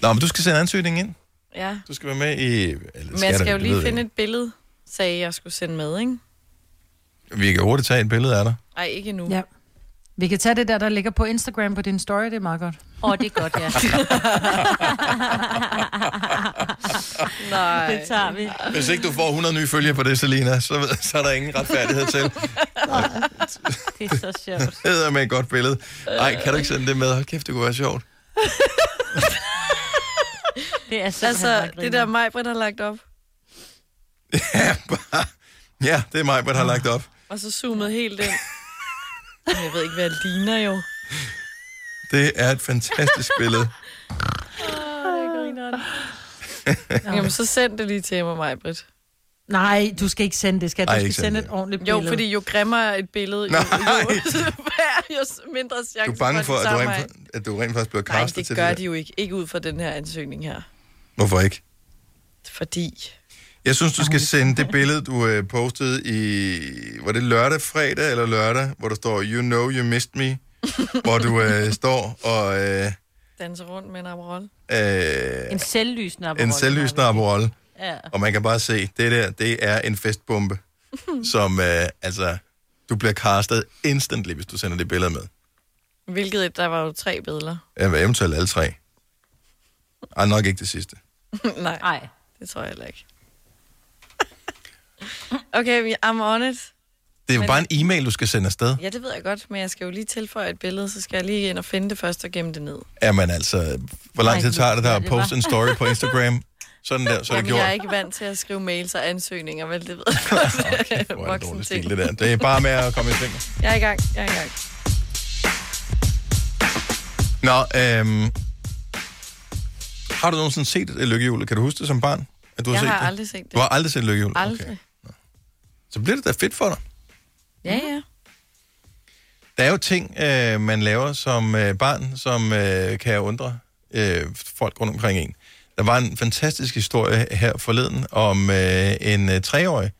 A: Nå, men du skal sende ansøgningen ind.
B: Ja.
A: Du skal være med i... Eller,
B: Men jeg
A: du?
B: skal jo
A: Det
B: lige
A: ved jeg
B: finde et billede, sagde jeg, jeg skulle sende med, ikke?
A: ikke. Vi kan hurtigt tage et billede af dig.
B: Ej, ikke endnu.
C: Ja. Vi kan tage det der, der ligger på Instagram på din story, det er meget godt.
D: Åh, oh, det er godt, ja.
B: Nej.
D: Det tager vi.
A: Hvis ikke du får 100 nye følgere på det, Selina, så, ved- så er der ingen retfærdighed til.
D: Det er så sjovt.
A: Det er med et godt billede. Nej, kan du ikke sende det med? Hold kæft, det kunne være sjovt.
D: Det er
B: altså, det der mig, Britt har lagt op,
A: Ja, det er mig, der har lagt op.
B: og så zoomet helt ind. Men Jeg ved ikke, hvad jeg ligner jo.
A: Det er et fantastisk billede.
B: Åh, det griner Jamen, så send det lige til mig, mig, Britt.
C: Nej, du skal ikke sende det, skal du?
A: Ej,
C: Ej, skal
A: ikke
C: sende
A: sende
C: et ordentligt
B: Jo,
C: billede.
B: fordi jo grimmere et billede, jo,
A: Nej.
B: jo, jo, jo mindre chance
A: Du er bange for,
B: de
A: at du,
B: tager
A: rent,
B: mig.
A: at du rent faktisk bliver
B: Nej,
A: kastet
B: det
A: til
B: gør
A: det
B: de
A: der.
B: jo ikke. Ikke ud fra den her ansøgning her.
A: Hvorfor ikke?
B: Fordi...
A: Jeg synes, du skal sende det billede, du øh, postede i... Var det lørdag, fredag eller lørdag? Hvor der står, you know you missed me. hvor du øh, står og... Øh,
B: Danse rundt med en Aperol.
A: øh,
D: En selvlysende
A: en
D: Aperol.
A: selvlysende Aperol.
D: Ja.
A: Og man kan bare se, det der, det er en festbombe, som, øh, altså, du bliver castet instantly, hvis du sender det billede med.
B: Hvilket et, der var jo tre billeder.
A: Ja, eventuelt alle tre. Ej, nok ikke det sidste.
B: Nej. Nej. Det tror jeg heller ikke. okay, vi- I'm on it.
A: Det er jo
B: Men-
A: bare en e- e-mail, du skal sende afsted.
B: Ja, det ved jeg godt, men jeg skal jo lige tilføje et billede, så skal jeg lige ind og finde det først og gemme det ned.
A: Jamen altså, hvor lang tid tager det der at poste en story på Instagram? Sådan der, så er det
B: Jamen,
A: gjort.
B: jeg er ikke vant til at skrive mails og ansøgninger, vel, det ved jeg godt. Det er voksen
A: Det,
B: ting.
A: stil, det, der. det er bare med at komme i ting.
B: Jeg er i gang, jeg er i gang.
A: Nå, øhm, har du nogensinde set et lykkehjul? Kan du huske det som barn? At du
B: jeg
A: set
B: har
A: det?
B: aldrig set det.
A: Du har aldrig set et lykkehjul?
B: Aldrig.
A: Så bliver det da fedt for dig.
B: Ja, ja.
A: Der er jo ting, øh, man laver som øh, barn, som øh, kan undre øh, folk rundt omkring en. Der var en fantastisk historie her forleden om øh, en øh, treårig,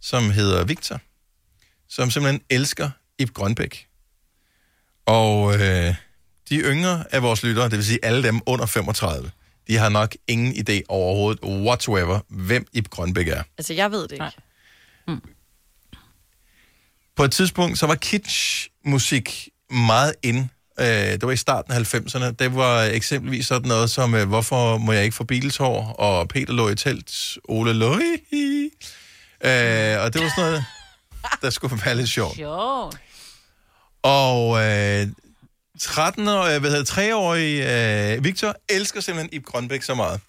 A: som hedder Victor, som simpelthen elsker Ib Grønbæk. Og øh, de yngre af vores lyttere, det vil sige alle dem under 35, de har nok ingen idé overhovedet whatsoever, hvem Ib Grønbæk er.
B: Altså, jeg ved det ikke. Nej.
A: på et tidspunkt, så var kitsch-musik meget ind. Øh, det var i starten af 90'erne. Det var eksempelvis sådan noget som, øh, hvorfor må jeg ikke få Beatles hår? Og Peter lå i telt, Ole lå i. i. Øh, og det var sådan noget, der skulle være lidt sjovt.
D: Jo.
A: Og øh, 13 år, hvad hedder det, 3-årige øh, Victor elsker simpelthen Ib Grønbæk så meget,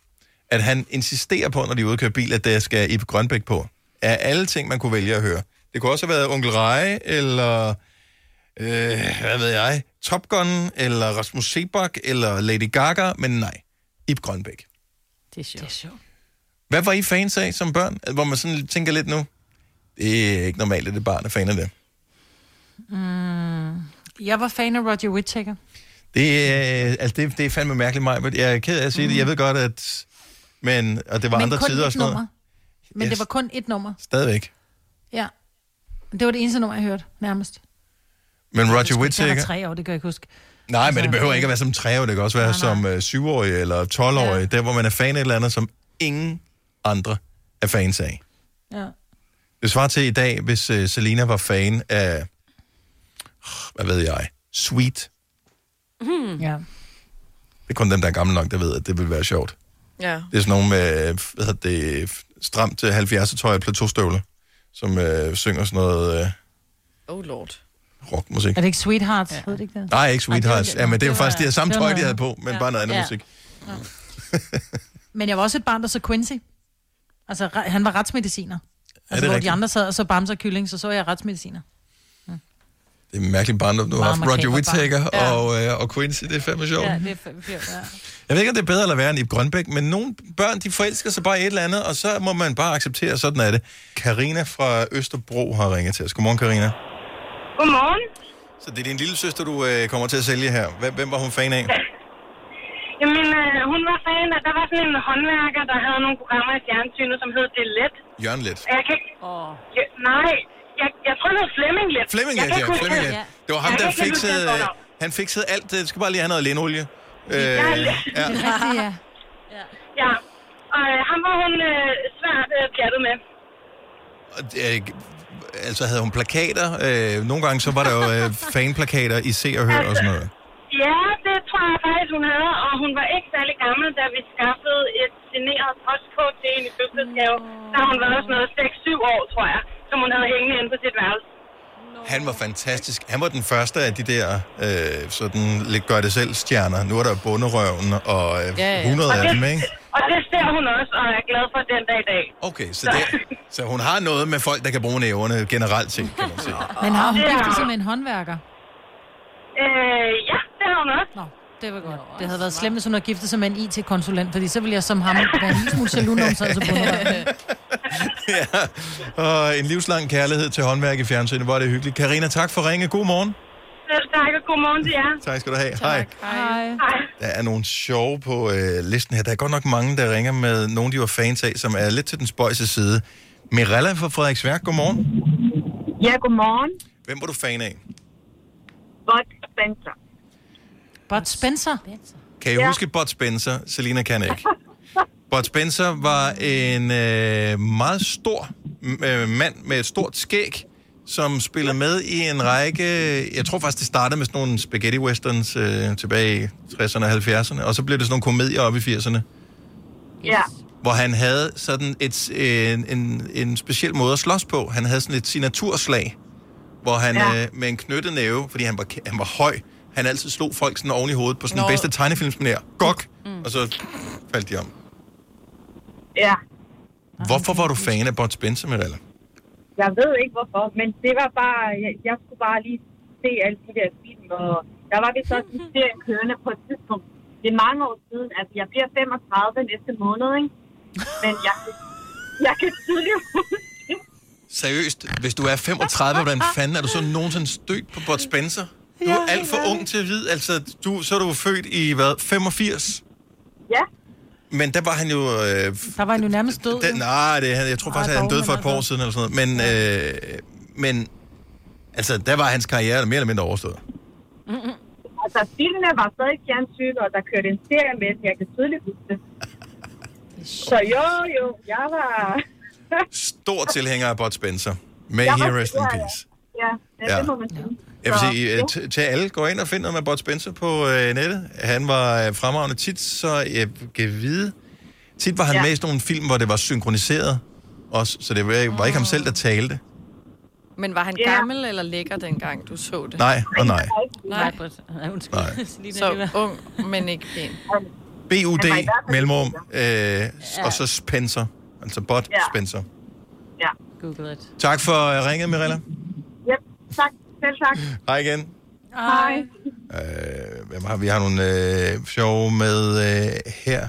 A: at han insisterer på, når de er ude og køre bil, at der skal Ib Grønbæk på. Af alle ting, man kunne vælge at høre. Det kunne også have været Onkel Reje, eller øh, hvad ved jeg, Top Gun, eller Rasmus Sebak, eller Lady Gaga, men nej, Ib Grønbæk.
D: Det er sjovt. Det er sjovt.
A: Hvad var I fans af som børn? Hvor man sådan tænker lidt nu, det er ikke normalt, at det barn er fan af det.
C: Mm. Jeg var fan af Roger Whittaker.
A: Det, er, altså det, det er fandme mærkeligt mig, men jeg er ked af at sige mm. det. Jeg ved godt, at... Men, og det var
C: Men
A: andre
C: kun
A: tider
C: et
A: og sådan noget.
C: nummer. Men
A: Yes.
C: det var kun et nummer.
A: Stadigvæk.
C: Ja. Det var det eneste nummer, jeg hørte, nærmest.
A: Men Roger
C: Jeg var
A: Whittaker...
C: tre Altså, år, det kan jeg ikke huske.
A: Nej, men det behøver ikke at være som 3 år. Det kan også være som øh, 7-årig eller 12-årig. Ja. Der, hvor man er fan af et eller andet, som ingen andre er fans af.
C: Ja.
A: Det svarer til i dag, hvis øh, Selina var fan af... Hvad ved jeg? Sweet.
B: Hmm.
C: Mm. Ja.
A: Det er kun dem, der er gamle nok, der ved, at det vil være sjovt.
B: Ja.
A: Det er sådan nogle med, øh, hvad hedder det, f- stramt øh, 70'er tøj og plateaustøvler, som øh, synger sådan noget øh,
B: Oh lord.
A: rockmusik.
C: Er det ikke Sweethearts? Ja. Hed det ikke det?
A: Nej, ikke Sweethearts.
C: lidt-
A: Ja, men det er jo
C: det var-
A: faktisk det her samme
C: det var
A: tøj, de
C: noget-
A: havde på, men
C: Ja.
A: bare noget andet
C: Ja.
A: musik.
C: Men jeg var også et barn, der så Quincy. Altså, re- han var retsmediciner.
A: det
C: Altså, hvor de
A: rigtigt?
C: andre sad og så bamser og kylling, så så jeg retsmediciner.
A: Det er en mærkelig barndom, du har
C: Meget
A: haft. Roger
C: makaber
A: Whittaker
C: barn. Ja.
A: og, øh, og Quincy, det er fandme sjovt.
C: Ja, det er fem ja.
A: Jeg ved ikke, om det er bedre eller værre end i Grønbæk, men nogle børn, de forelsker sig bare i et eller andet, og så må man bare acceptere, at sådan er det. Karina fra Østerbro har ringet til os. Godmorgen, Karina.
Q: Godmorgen.
A: Så det er din lille søster, du øh, kommer til at sælge her. Hvem, hvem var hun fan af?
Q: Jamen, øh, hun var fan af, der var sådan en håndværker, der havde nogle programmer i fjernsynet, som hed Det er Let.
A: Jørgen Let.
Q: Og Jeg kan ikke... Oh. Ja, nej, jeg, jeg tror, det hed Flemming Let.
A: Flemming
Q: Jeg
A: Let,
Q: kan
A: ja.
Q: ikke huske
A: Flemming Let. Det var ham,
Q: Jeg
A: der
Q: kan ikke huske hans
A: fiksede, øh,
Q: fornavn.
A: han fiksede alt. Det skal bare lige have noget linolie. Øh, ja.
C: rigtigt, ja.
Q: Ja, og øh, ham var hun øh, svært øh, pjattet med.
A: Og det er ikke- Altså havde hun plakater. Øh, nogle gange så var der jo øh, fanplakater i Se og Hør og sådan noget.
Q: Ja, det tror jeg faktisk, hun havde, og hun var ikke særlig gammel, da vi skaffede et generet postkort til hende i fødselsgave. Da hun var også noget 6-7 år, tror jeg, som hun havde hængende inde på sit værelse.
A: Han var fantastisk. Han var den første af de der øh, sådan lidt gør-det-selv-stjerner. Nu er der Bunderøven og øh, 100
Q: og
A: af
Q: det,
A: dem, ikke?
Q: Og det ser hun også, og er glad for den dag i dag.
A: Okay, så, det, så hun har noget med folk, der kan bruge næverne generelt set, kan man sige.
C: Men har hun
Q: Det er-
C: giftet sig med en håndværker?
Q: Øh, ja, det har hun også.
C: Nå, det var godt. Det havde været slemt, hvis hun havde giftet sig med en IT-konsulent, fordi så ville jeg som ham være en lille smule jaloux, når hun sad så bundet.
A: ja. Og en livslang kærlighed til håndværk i fjernsynet. Hvor er det hyggeligt. Karina, tak for at ringe. God morgen.
Q: Selv tak, og godmorgen til jer.
A: Tak skal du have. Hej.
Q: Hej. Hej.
A: Der er nogle sjove på øh, listen her. Der er godt nok mange, der ringer med nogen, de var fans af, som er lidt til den spøjse side. Mirella fra Frederiksværk, godmorgen.
R: Ja, godmorgen.
A: Hvem var du fan af?
R: Bot Spencer.
C: Bot Spencer?
A: Kan I ja. huske Bud Spencer? Selina kan ikke. Bud Spencer var en øh, meget stor m- øh, mand med et stort skæg, som spillede med i en række... Jeg tror faktisk, det startede med sådan nogle spaghetti westerns øh, tilbage i 60'erne og 70'erne, og så blev det sådan nogle komedier op i 80'erne,
R: Ja.
A: hvor han havde sådan et, øh, en, en, en speciel måde at slås på. Han havde sådan et signaturslag, hvor han
R: Ja.
A: ja. øh, med en knyttet næve, fordi han var, kæ- han var høj, han altid slog folk sådan oven i hovedet på sådan
R: Nå.
A: den bedste tegnefilmsmanér. Gok! Mm. Og så faldt de om.
R: Ja.
A: Hvorfor var du fan af Bud Spencer, Mirella?
R: Jeg ved ikke hvorfor, men det var bare, jeg, jeg skulle bare lige se alle de der film, og der var vist også en serie kørende på et tidspunkt. Det er mange år siden, altså jeg bliver 35 næste måned, ikke? Men jeg, jeg kan tydeligt huske,
A: Seriøst, hvis du er 35, hvordan fanden er du så nogensinde stødt på Bud Spencer? Du er
R: Ja,
A: alt for
R: ja.
A: ung til at vide, altså du, så er du født i hvad, 85?
R: ja,
A: Men der var han jo... Øh,
C: Der var han jo nærmest død.
A: den, nej, det, han- jeg tror faktisk, at han døde for et par år siden eller sådan noget. Men, øh, men altså, der var hans karriere mere eller mindre overstået.
R: altså filmene var stadig fjernsynet, og der kørte en serie med den, jeg kan tydeligt huske det. Så jo, jo, jeg var...
A: Stor tilhænger af Bud Spencer. May
R: Jeg
A: he
R: var
A: rest in
R: stor, ja.
A: peace.
R: Ja, ja,
A: Ja.
R: det må man sige.
A: Jeg vil
R: Så,
A: sige, øh, t- til alle, gå ind og find noget med Bud Spencer på øh, nettet. Han var øh, fremragende tit, så jeg kan vide. Tit var han
R: Ja.
A: ja. med i sådan nogle film, hvor det var synkroniseret også, så det var, var ikke ham selv, der talte.
B: Men var han gammel eller lækker dengang, du så det?
A: Nej og nej.
B: Nej.
D: Nej, undskyld.
B: Nej. Så ung, men ikke pæn.
A: BUD,
B: Han var i hvert fald
A: mellemrum, øh, og så Spencer. Altså Bud
B: Ja.
A: Spencer.
R: Ja.
D: Google it.
A: Tak for uh, ringet, Mirella.
R: Ja, tak. Selv tak.
A: Hej igen.
R: Hej.
A: Øh, hvem har, vi har nogle øh, sjove med øh, her.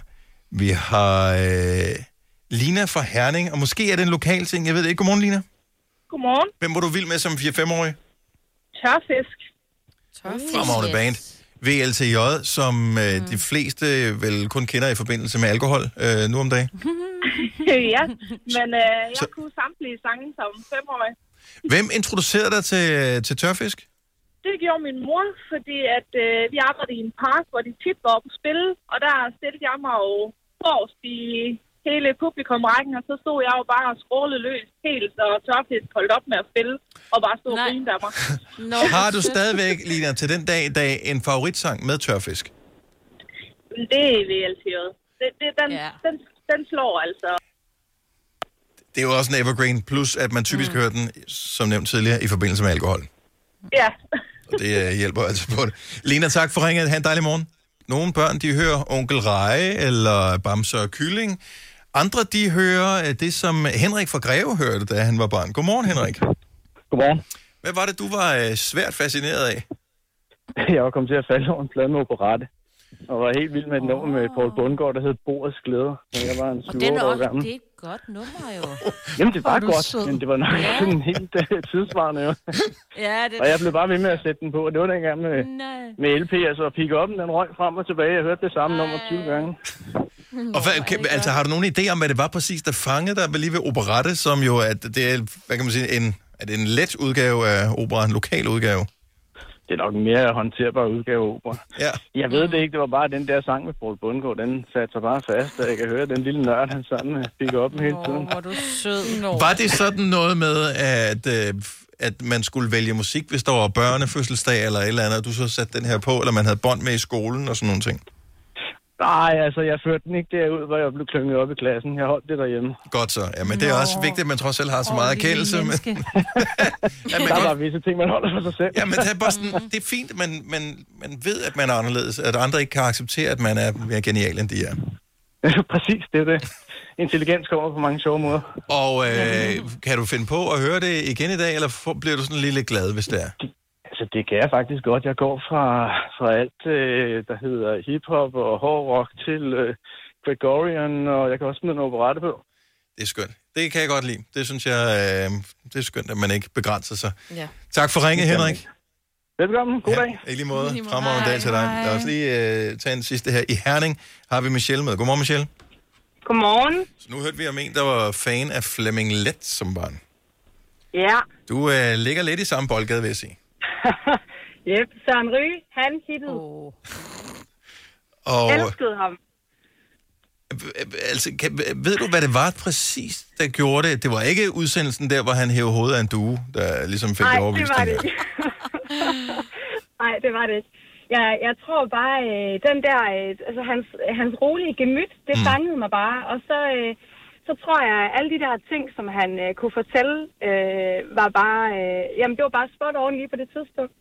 A: Vi har øh, Lina fra Herning, og måske er det en lokal ting, jeg ved det ikke. Godmorgen, Lina.
S: Godmorgen.
A: Hvem var du vild med som 4-5-årig?
S: Tørfisk.
A: Fremragende band. VLTJ, som øh, de fleste vel kun kender i forbindelse med alkohol øh, nu om dagen.
S: ja, men øh, jeg så... kunne samtlige sange som femårig.
A: Hvem introducerede dig til, øh, til tørfisk?
S: Det gjorde min mor, fordi at, øh, vi arbejdede i en park, hvor de tit var oppe at spille, og der stillede jeg mig jo forrest i hele publikumrækken, og så stod jeg jo bare og skrålede løs helt, og tørfisk holdt op med at spille, og bare stod og grinede af mig.
D: Nå,
A: Har du stadigvæk, Lina, til den dag i dag en favoritsang med tørfisk?
S: Det er VLT'et. Det, det, den, ja. den, den slår altså.
A: Det er jo også en evergreen, plus at man typisk mm. hører den, som nævnt tidligere, i forbindelse med alkohol.
S: Ja.
A: Og det øh, hjælper altså på det. Lena, tak for ringet. Ha' en dejlig morgen. Nogle børn, de hører Onkel Reje eller Bamse og Kylling. Andre, de hører øh, det, som Henrik fra Greve hørte, da han var barn. Godmorgen, Henrik.
T: Godmorgen.
A: Hvad var det, du var øh, svært fascineret af?
T: Jeg var kommet til at falde over en plade med operette. Og var helt vild med et nummer med Paul Bundgaard, der hed Bordets Glæder. Da jeg var en 7
D: Og den er
T: år
D: også,
T: gammel.
D: det er et godt nummer jo.
T: Jamen, det var
D: Hvor er du
T: godt,
D: sød.
T: men det var nok
D: Ja.
T: ja. sådan helt uh, tidsvarende. Jo.
D: Ja, det
T: Og jeg blev bare ved med at sætte den på, og det var dengang med,
D: Nej.
T: med LP, altså og pick up den røg frem og tilbage. Jeg hørte det samme nummer 20 gange.
A: Og hvad, kan, altså, har du nogen idé om, hvad det var præcis, der fangede dig ved lige ved operette, som jo er, det er, hvad kan man sige, en, er det en let udgave af opera, en lokal udgave?
T: Det er nok en mere håndterbar udgave af opera.
A: Ja.
T: Jeg ved
D: Mm.
T: det ikke, det var bare den der sang med Paul Bundgaard, den satte sig bare fast, og jeg kan høre den lille nørd, han sang med pick up hele tiden.
D: Hvor er du sød. Nå.
A: Var det sådan noget med, at, øh, at man skulle vælge musik, hvis der var børnefødselsdag eller et eller andet, og du så satte den her på, eller man havde bånd med i skolen og sådan nogle ting?
T: Nej, altså, jeg førte den ikke derud, hvor jeg blev klynget op i klassen. Jeg holdt det derhjemme.
A: Godt så. Ja, men det er
T: Nå.
A: også vigtigt, at man trods alt har så meget erkendelse. Men,
T: Ja, men der er bare visse ting, man holder for sig selv.
A: ja, men det er, bare sådan, det er fint, at man, man, man ved, at man er anderledes, at andre ikke kan acceptere, at man er mere genial, end de er.
T: Præcis, det er det. Intelligens kommer på mange sjove måder.
A: Og øh, kan du finde på at høre det igen i dag, eller får, bliver du sådan lige lidt glad, hvis det er?
T: Altså, det kan jeg faktisk godt. Jeg går fra, fra alt, øh, der hedder hiphop og hård rock til øh, Gregorian, og jeg kan også smide en operette på.
A: Det er skønt. Det kan jeg godt lide. Det synes jeg, øh, det er skønt, at man ikke begrænser sig.
U: Ja.
A: Tak for ringet, Henrik.
T: Velkommen. God dag.
A: Ja, i lige måde. Fremragende dag til dig. Lad os lige øh, tage en sidste her. I Herning har vi Michelle med. Godmorgen, Michelle.
J: Godmorgen.
A: Så nu hørte vi om en, der var fan af Flemming Let som barn.
J: Ja,
A: Du øh, ligger lidt i samme boldgade, vil jeg sige.
J: yep. Søren Ryge, han hittede. Oh.
A: Og
J: Elskede ham.
A: øh, altså, kan, ved du, hvad det var præcis, der gjorde det? Det var ikke udsendelsen der, hvor han hævde hovedet af en due, der ligesom fik
J: Nej, det
A: overbevist
J: var
A: dig.
J: det ikke. Nej, det var det ikke. Jeg, jeg tror bare, øh, den der, øh, altså hans, hans rolige gemyt, det
A: Mm.
J: mm. fangede mig bare. Og så, øh, så tror jeg, at alle de der ting, som han øh, kunne fortælle, øh, var bare, øh, jamen det var bare spot on lige på det tidspunkt.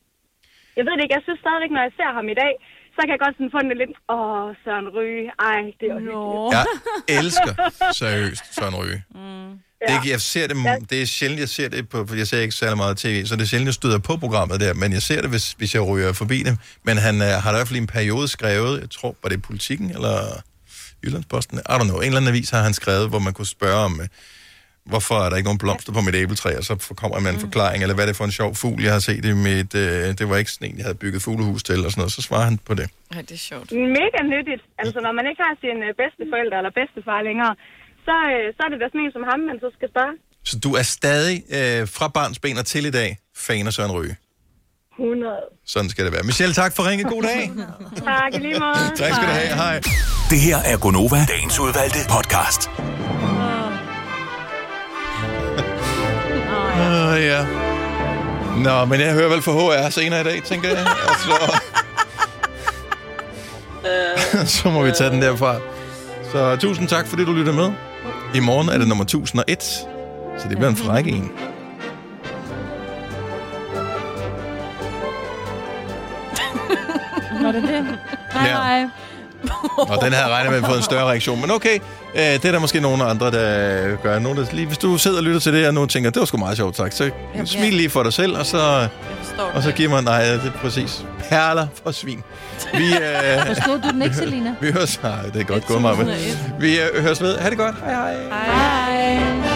J: Jeg ved det ikke, jeg synes stadigvæk, når jeg ser ham i dag, så kan jeg godt sådan få den lidt, åh, Søren Ryge, ej, det er jo
A: Jeg elsker seriøst Søren Ryge. Det, er ikke- jeg ser det, det er sjældent, jeg ser det på, for jeg ser ikke særlig meget tv, så det er sjældent, jeg støder på programmet der, men jeg ser det, hvis, hvis jeg ryger forbi det. Men han øh, har da i hvert fald i en periode skrevet, jeg tror, var det Politiken eller Jyllandsposten? I don't know. En eller anden avis har han skrevet, hvor man kunne spørge om, øh, hvorfor er der ikke nogen blomster på mit æbletræ, og så for- kommer man en forklaring, eller hvad er det for en sjov fugl, jeg har set i mit, øh, det var ikke sådan en, jeg havde bygget fuglehus til, og sådan noget, så svarer han på det.
U: Ej, det er sjovt.
J: Mega nyttigt. Altså, når man ikke har sine øh, bedsteforældre eller bedstefar længere, så, øh, så er det da sådan en som ham, man så skal spørge.
A: Så du er stadig øh, fra barns ben og til i dag fan af Søren Ryge.
J: 100.
A: Sådan skal det være. Michelle, tak for ringet. God dag.
J: Tak i lige måde.
A: tak skal du have. Hej.
F: Det her er Gonova, dagens udvalgte podcast.
A: Uh, ja. Nå, men jeg hører vel for HR senere i dag, tænker jeg. Og så... så må vi tage den derfra. Så tusind tak, fordi du lytter med. I morgen er det nummer 1001, så det bliver en frække en.
C: Var det det? Nej,
A: Ja.
C: nej.
A: Og den her regner med at få en større reaktion. Men okay, øh, det er der måske nogle andre, der gør. Nogen, der lige, hvis du sidder og lytter til det her nu og tænker, det var sgu meget sjovt, tak. Så smil lige for dig selv, og så, og så giver man... Nej, det er præcis. Perler for svin. Vi, øh, ah,
C: Forstod du den ikke, Selina?
A: Vi høres. Nej, det er godt gået, Marvin.
C: 1001.
A: Vi øh, høres ved. Ha' det godt. Hej hej.
C: Hej.